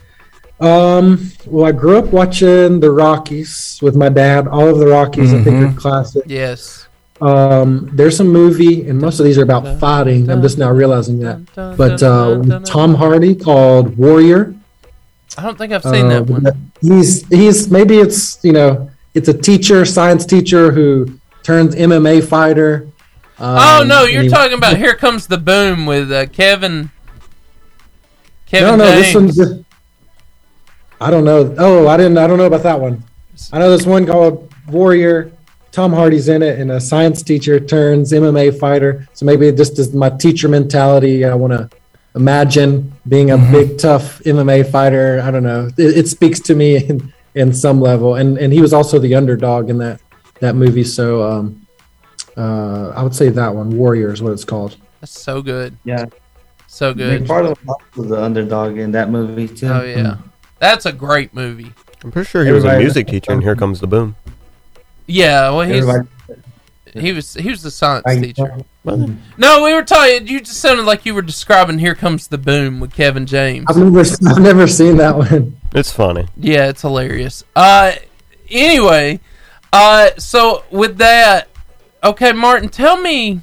U: Um, well, I grew up watching the Rockies with my dad. All of the Rockies, I think, are classic.
I: Mm-hmm. Yes.
U: Um, there's some movie, and most of these are about fighting. I'm just now realizing that. but uh, Tom Hardy called Warrior.
I: I don't think I've seen that
U: Uh,
I: one.
U: He's he's maybe it's you know it's a teacher, science teacher who turns MMA fighter.
I: oh
U: Um,
I: no,
U: and
I: you're
U: he-
I: talking about Here Comes the Boom with uh, Kevin. Kevin
U: no, no, this
I: James.
U: one's. I don't know. Oh, I didn't. I don't know about that one. I know this one called Warrior. Tom Hardy's in it, and a science teacher turns MMA fighter. So maybe it just is my teacher mentality. I want to imagine being
I: Mm-hmm.
U: a big, tough MMA fighter. I don't know. It, it speaks to me in, in some level. And and he was also the underdog in that that movie. So um, uh, I would say that one, Warrior, is what it's called.
I: That's so good.
T: Yeah.
I: So good.
T: McFarlane was the underdog in that movie too.
I: Oh yeah, that's a great movie.
K: I'm pretty sure he was a
T: Everybody-
K: music teacher, and here comes the boom.
I: Yeah, well, he's
T: Everybody-
I: he was he was the science
T: I-
I: teacher. No, we were talking. You just sounded like you were describing "Here Comes the Boom" with Kevin James.
U: I've never I've never seen that one.
K: It's funny.
I: Yeah, it's hilarious. Uh, anyway, uh, so with that, okay, Martin, tell me,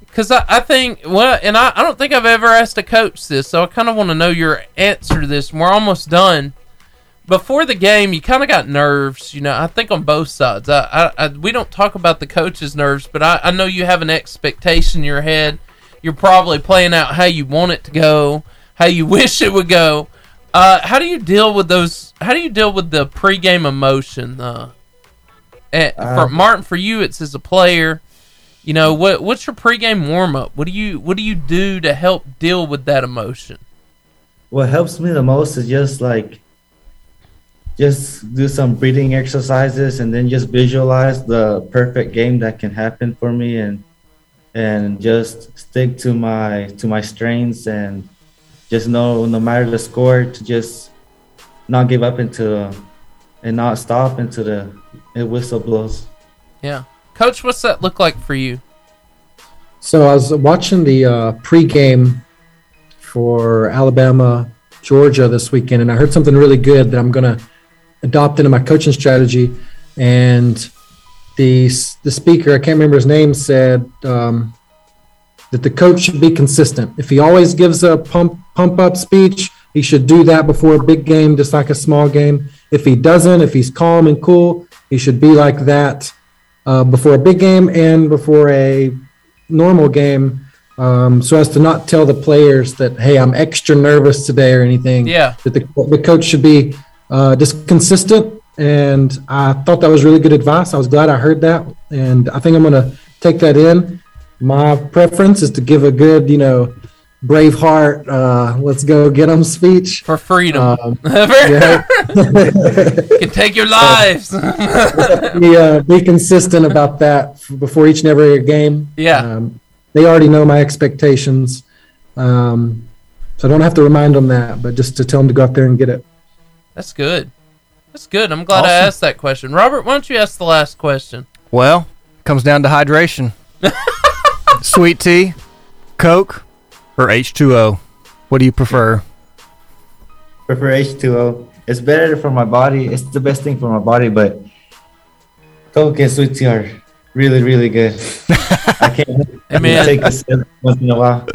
I: because I, I think well, and I, I don't think I've ever asked a coach this, so I kind of want to know your answer to this. And we're almost done. Before the game, you kind of got nerves, you know. I think on both sides. I, I, I we don't talk about the coach's nerves, but I, I know you have an expectation in your head. You're probably playing out how you want it to go, how you wish it would go. Uh, how do you deal with those? How do you deal with the pregame emotion? Uh, eh,
T: Uh,
I: for Martin, for you, it's as a player. You know what? What's your pregame warm up? What do you What do you do to help deal with that emotion?
T: What helps me the most is just like just do some breathing exercises and then just visualize the perfect game that can happen for me and and just stick to my to my strengths and just know no matter the score to just not give up into and not stop until the it whistle blows.
I: Yeah, Coach, what's that look like for you?
U: So I was watching the uh, pregame for Alabama, Georgia this weekend, and I heard something really good that I'm going to adopt into my coaching strategy. And the the speaker, I can't remember his name, said um, that the coach should be consistent. If he always gives a pump pump up speech, he should do that before a big game, just like a small game. If he doesn't, if he's calm and cool, he should be like that uh, before a big game and before a normal game um, so as to not tell the players that hey i'm extra nervous today or anything
I: Yeah.
U: that the, the coach should be uh, just consistent and i thought that was really good advice i was glad i heard that and i think i'm going to take that in my preference is to give a good you know brave heart uh, let's go get 'em speech Um,
I: for freedom
U: yeah,
I: You can take your lives.
U: be, uh, be consistent about that f- before each and every game
I: yeah.
U: um, they already know my expectations, um, so I don't have to remind them that. But just to tell them to go out there and get it.
I: That's good. That's good. I'm glad I asked that question. Robert, why don't you ask the last question?
J: Well, comes down to hydration. Sweet tea, Coke, or H2O. What do you prefer?
T: prefer H2O. It's better for my body. It's the best thing for my body, but Coke and sweet tea are really, really good. I can't I can
J: Man.
T: take a sip once in a while.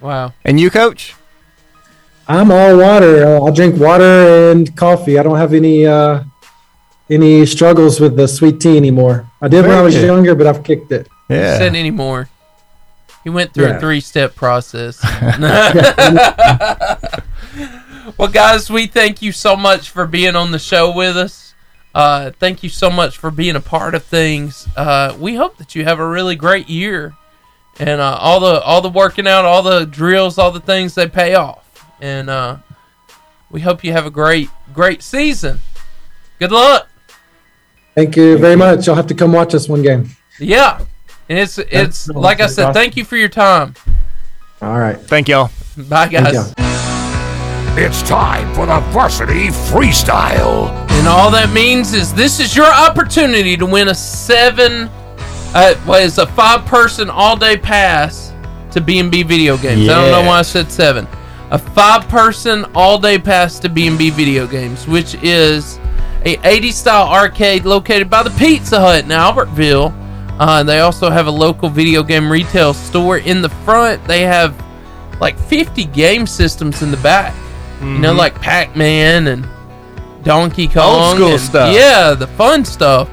I: Wow.
J: And you, coach?
U: I'm all water. Uh, I'll drink water and coffee. I don't have any uh, any struggles with the sweet tea anymore. I did when I
I: Very
U: was
I: good.
U: younger, but I've kicked it.
I: He said anymore. He went through a
U: Yeah.
I: three step process. well, guys, we thank you so much for being on the show with us. Uh, thank you so much for being a part of things. Uh, we hope that you have a really great year, and uh, all the all the working out, all the drills, all the things they pay off. And uh, We hope you have a great, great season. Good luck.
U: Thank you very much. You'll have to come watch us one game.
I: Yeah. And it's it's like I said, thank you for your time.
U: All right.
J: Thank y'all.
I: Bye
U: Thank
I: guys.
M: It's time for the varsity freestyle.
I: And all that means is this is your opportunity to win a seven uh what is a five person all day pass to B and B video games. I don't know why I said seven. A five person all day pass to B and B video games, which is a 80 style arcade located by the Pizza Hut in Albertville. Uh, they also have a local video game retail store in the front. They have like 50 game systems in the back. You know,
B: Mhm.
I: like Pac Man and Donkey Kong.
B: school
I: and-
B: stuff.
I: Yeah, the fun stuff.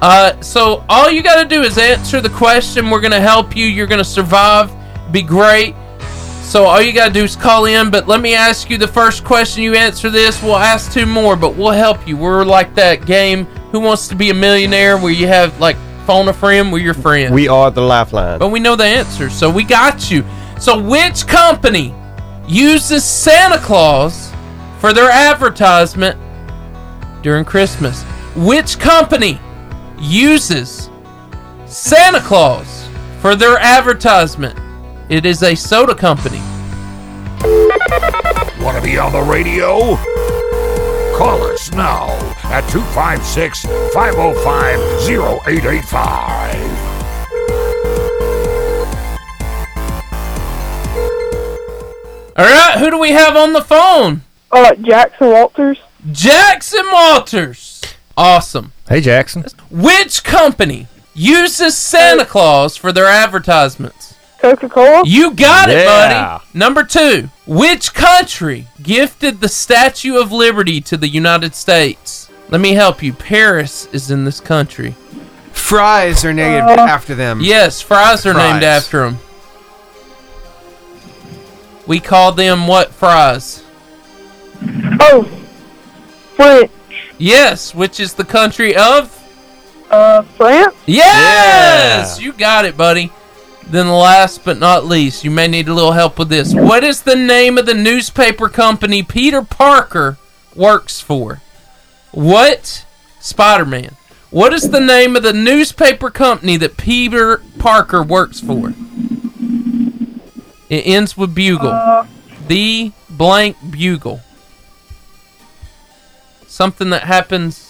I: Uh, so all you got to do is answer the question. We're gonna help you. You're gonna survive. Be great. So all you got to do is call in. But let me ask you the first question. You answer this. We'll ask two more, but we'll help you. We're like that game. Who wants to be a millionaire? Where you have like phone a friend. We're your friend.
K: We are the lifeline.
I: But we know the answer, so we got you. So which company uses Santa Claus for their advertisement during Christmas? Which company uses Santa Claus for their advertisement? It is a soda company.
M: Want to be on the radio? Call us now at 256 505 0885.
I: All right, who do we have on the phone?
V: Uh, Jackson Walters.
I: Jackson Walters. Awesome.
J: Hey, Jackson.
I: Which company uses Santa Claus for their advertisements?
V: Coca Cola.
I: You got
V: Yeah.
I: it, buddy. Number two. Which country gifted the Statue of Liberty to the United States? Let me help you. Paris is in this country.
L: Fries are named
I: Uh,
L: after them.
I: Yes, fries are named
L: Fries.
I: after them. We call them what fries?
V: Oh, French.
I: Yes, which is the country of?
V: Uh, France.
I: Yes, you got it, buddy. Then, last but not least, you may need a little help with this. What is the name of the newspaper company Peter Parker works for? What? Spider Man. What is the name of the newspaper company that Peter Parker works for? It ends with Bugle.
V: Uh.
I: the blank Bugle. Something that happens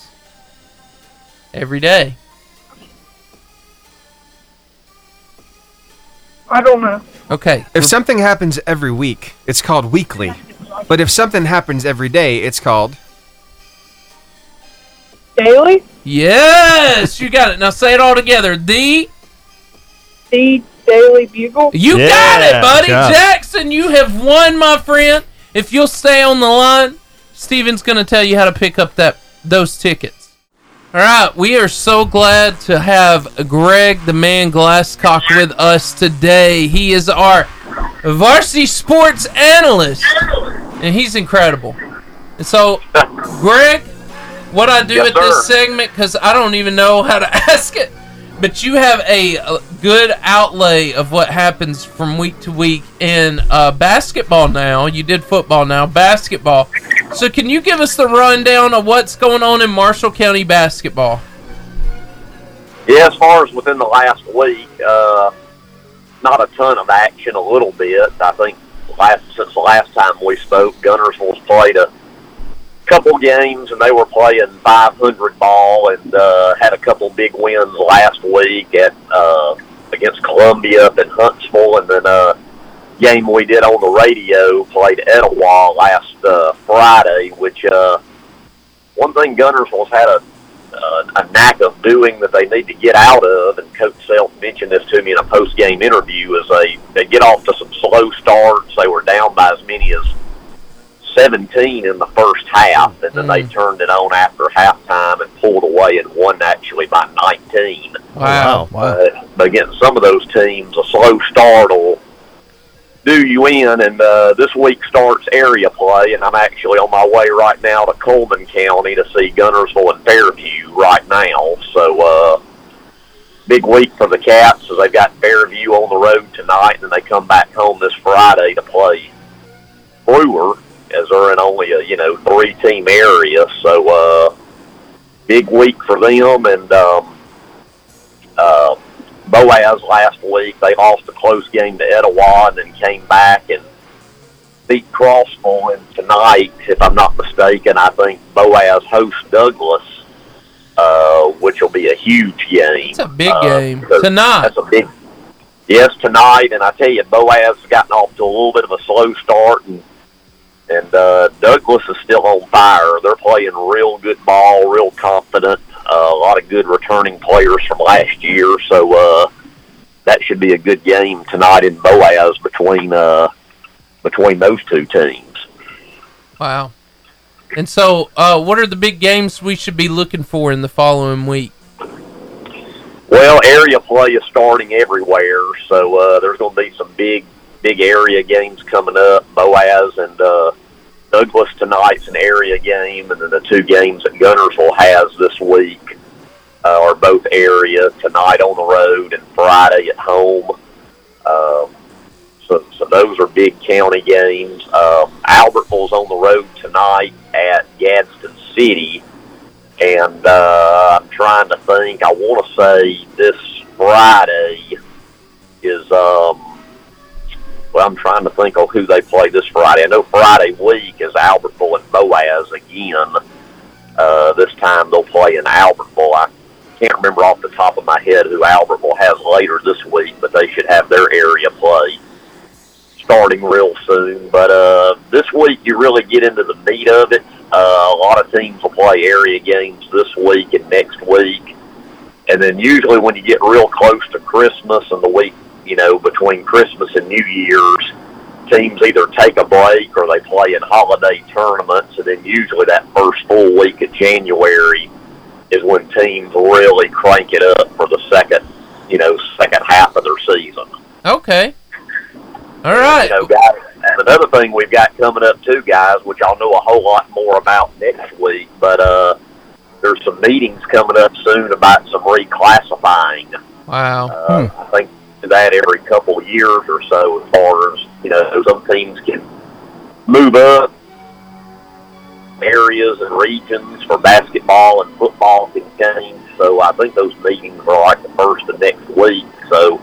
I: every day.
V: I don't know.
I: Okay.
L: If something happens every week, it's called weekly. But if something happens every day, it's called
V: Daily.
I: Yes, you got it. Now say it all together. The
V: The Daily Bugle.
I: you got it, buddy
V: Yeah, good job.
I: Jackson. You have won, my friend. If you'll stay on the line, Steven's going to tell you how to pick up that those tickets. All right, we are so glad to have Greg the Man Glasscock with us today. He is our varsity sports analyst, and he's incredible. And so, Greg, what I do
B: Yes,
I: at this
B: sir.
I: segment because I don't even know how to ask it, but you have a, uh, good outlay of what happens from week to week in uh, basketball. Now you did football, now basketball. So can you give us the rundown of what's going on in Marshall County basketball?
W: Yeah, as far as within the last week, uh, not a ton of action. A little bit, I think. Last since the last time we spoke, Gunnersville's played a couple games, and they were playing 500 ball, and uh, had a couple big wins last week at uh, against Columbia up in Huntsville, and then uh, game we did on the radio played Etowah last uh, Friday. Which uh, one thing Gunnersville's had a uh, a knack of doing that they need to get out of. And Coach Self mentioned this to me in a post game interview: is they they get off to some slow starts. They were down by as many as seventeen in the first half, and then they turned it on after halftime and pulled away and won actually by nineteen.
I: Oh, Wow.
W: Uh, but against some of those teams, a slow start will do you in. And uh, this week starts area play, and I'm actually on my way right now to Coleman County to see Gunnersville and Fairview right now. So, uh, big week for the Cats as they've got Fairview on the road tonight, and they come back home this Friday to play Brewer as they're in only a you know three team area. So uh, big week for them, and um, uh, Boaz last week they lost a close game to Etowah and then came back and beat Crossville. And tonight, if I'm not mistaken, I think Boaz hosts Douglas. Uh, which will be a huge game. Uh, It's a
I: big
B: Uh,
I: game.
W: tonight. That's a big yes tonight, and I tell you, Boaz has gotten off to a little bit of a slow start, and and uh, Douglas is still on fire. They're playing real good ball, real confident. Uh, a lot of good returning players from last year, so uh, that should be a good game tonight in Boaz between uh, between those two teams.
I: Wow. And so, uh, what are the big games we should be looking for in the following week?
W: Well, area play is starting everywhere, so uh, there's going to be some big, big area games coming up. Boaz and uh, Douglas tonight's an area game, and then the two games that Gunnersville has this week uh, are both area tonight on the road and Friday at home. Um, so, so those are big county games. Um, Albertville's on the road tonight at Gadsden City and uh, I'm trying to think. I want to say this Friday is. Um, well, I'm trying to think of who they play this Friday. I know Friday week is Albertville and Boaz again. Uh, this time they'll play in Albertville. I can't remember off the top of my head who Albertville has later this week, but they should have their area play starting real soon. But uh, this week you really get into the meat of it. Uh, a lot of teams will play area games this week and next week, and then usually when you get real close to Christmas and the week you know between Christmas and New Year's, teams either take a break or they play in holiday tournaments, and then usually that first full week of January is when teams really crank it up for the second you know second half of their season.
I: Okay. All
W: You
I: right.
W: know, guys, and another thing we've got coming up too, guys, which I'll know a whole lot more about next week, but uh, there's some meetings coming up soon about some reclassifying.
I: Wow.
W: Uh, I think do that every couple of years or so, as far as you know, some teams can move up areas and regions for basketball and football can change. So I think those meetings are like the first of next week. So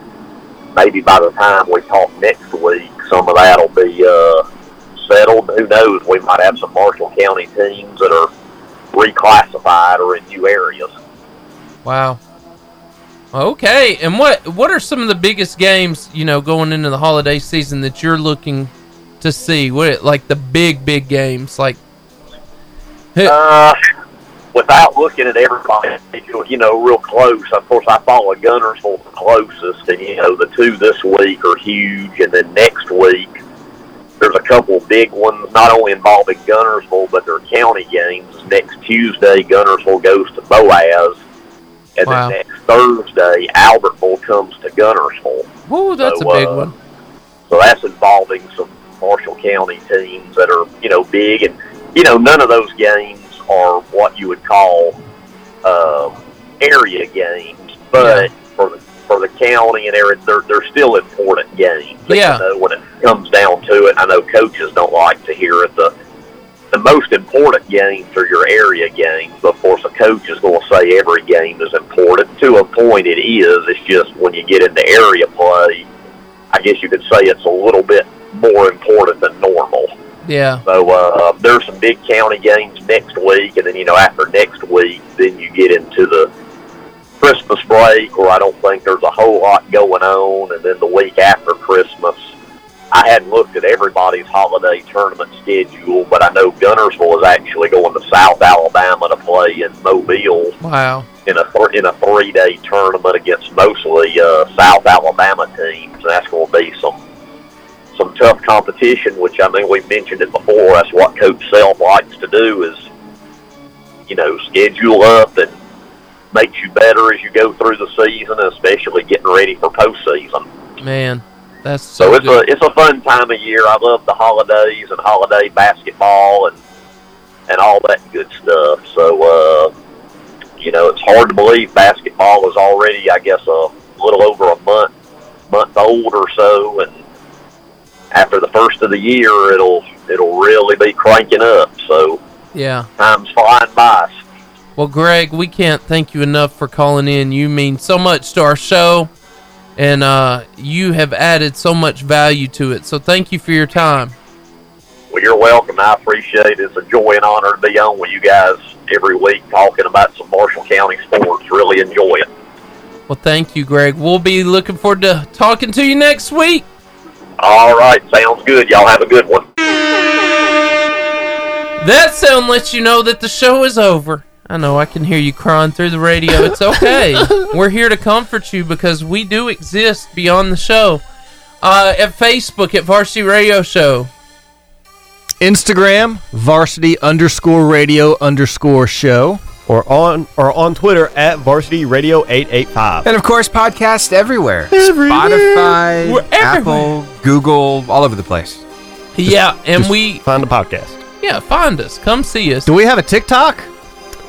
W: maybe by the time we talk next week, some of that'll be uh, settled. Who knows? We might have some Marshall County teams that are reclassified or in new areas.
I: Wow. Okay. And what what are some of the biggest games you know going into the holiday season that you're looking to see? What like the big big games like?
W: Uh, without looking at everybody, you know, real close. Of course, I follow Gunnersville the closest, and you know, the two this week are huge, and then next week there's a couple of big ones, not only involving Gunnersville, but their county games. Next Tuesday, Gunnersville goes to Boaz, and
I: Wow.
W: then next Thursday, Albertville comes to Gunnersville.
I: Ooh, that's
W: So,
I: a big
W: uh,
I: one.
W: So that's involving some Marshall County teams that are, you know, big. And, you know, none of those games are what you would call uh, area games, but for, the, for the county and area, they're, they're still important games.
I: Yeah.
W: You know, when it comes down to it, I know coaches don't like to hear it. The, the most important games are your area games. Of course, a coach is going to say every game is important. To a point, it is. It's just when you get into area play, I guess you could say it's a little bit more important than normal.
I: Yeah.
W: So uh, there's some big county games next week, and then you know after next week, then you get into the Christmas break, where I don't think there's a whole lot going on, and then the week after Christmas, I hadn't looked at everybody's holiday tournament schedule, but I know Gunnersville is actually going to South Alabama to play in Mobile
I: Wow.
W: in a th- in a three day tournament against mostly uh, South Alabama teams, and that's going to be some some tough competition. Which I mean, we've mentioned it before. That's what Coach Self likes to do is you know schedule up and makes you better as you go through the season, and especially getting ready for postseason.
I: Man, that's
W: So
I: so,
W: it's
I: good.
W: a it's a fun time of year. I love the holidays and holiday basketball and and all that good stuff. So uh, you know, it's hard to believe basketball is already, I guess, a little over a month month old or so, and after the first of the year, it'll it'll really be cranking up. So
I: Yeah.
W: time's flying by.
I: Well, Greg, we can't thank you enough for calling in. You mean so much to our show, and uh, you have added so much value to it. So thank you for your time.
W: Well, you're welcome. I appreciate it. It's a joy and honor to be on with you guys every week talking about some Marshall County sports. Really enjoy it.
I: Well, thank you, Greg. We'll be looking forward to talking to you next week.
W: All right, sounds good. Y'all have a good one.
I: That sound lets you know that the show is over. I know I can hear you crying through the radio. It's okay. We're here to comfort you because we do exist beyond the show. Uh, at Facebook at Varsity Radio Show.
J: Instagram, varsity underscore radio underscore show.
K: Or on or on Twitter at varsity radio eight eight five.
L: And of course, podcasts everywhere.
K: Everywhere.
L: Spotify,
K: We're everywhere.
L: Apple, Google, all over the place.
I: Yeah, and we
K: find the podcast.
I: Yeah, find us. Come see us.
J: Do we have a TikTok?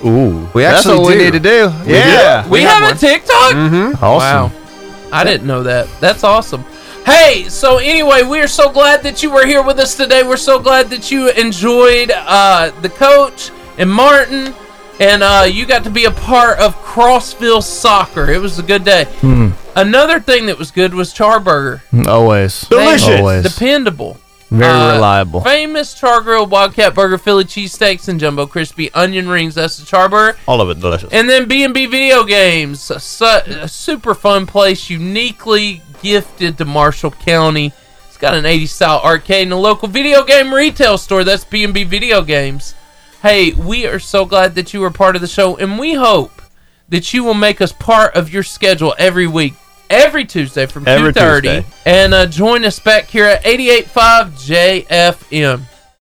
K: Ooh,
L: we
J: That's
L: actually
J: what we
L: do.
J: need to do.
L: We
J: yeah,
I: We, have, a TikTok?
L: Mm-hmm.
I: Awesome. I didn't know that. That's awesome. Hey, so anyway, we are so glad that you were here with us today. We're so glad that you enjoyed uh, the coach and Martin, and uh, you got to be a part of Crossville soccer. It was a good day.
J: Mm,
I: Another thing that was good was Charburger.
J: always
I: They-
J: Always.
I: Dependable.
J: Very
I: Uh,
J: reliable.
I: Famous char grill wildcat burger, Philly cheesesteaks, and jumbo crispy onion rings. That's the char burger.
K: All of it delicious.
I: And then B&B Video Games, a, su- a super fun place, uniquely gifted to Marshall County. It's got an 80s style arcade and a local video game retail store. That's B&B Video Games. Hey, we are so glad that you were part of the show, and we hope that you will make us part of your schedule every week, every Tuesday from
K: Every
I: 2.30.
K: Tuesday.
I: And uh, join us back here at 88.5 JFM.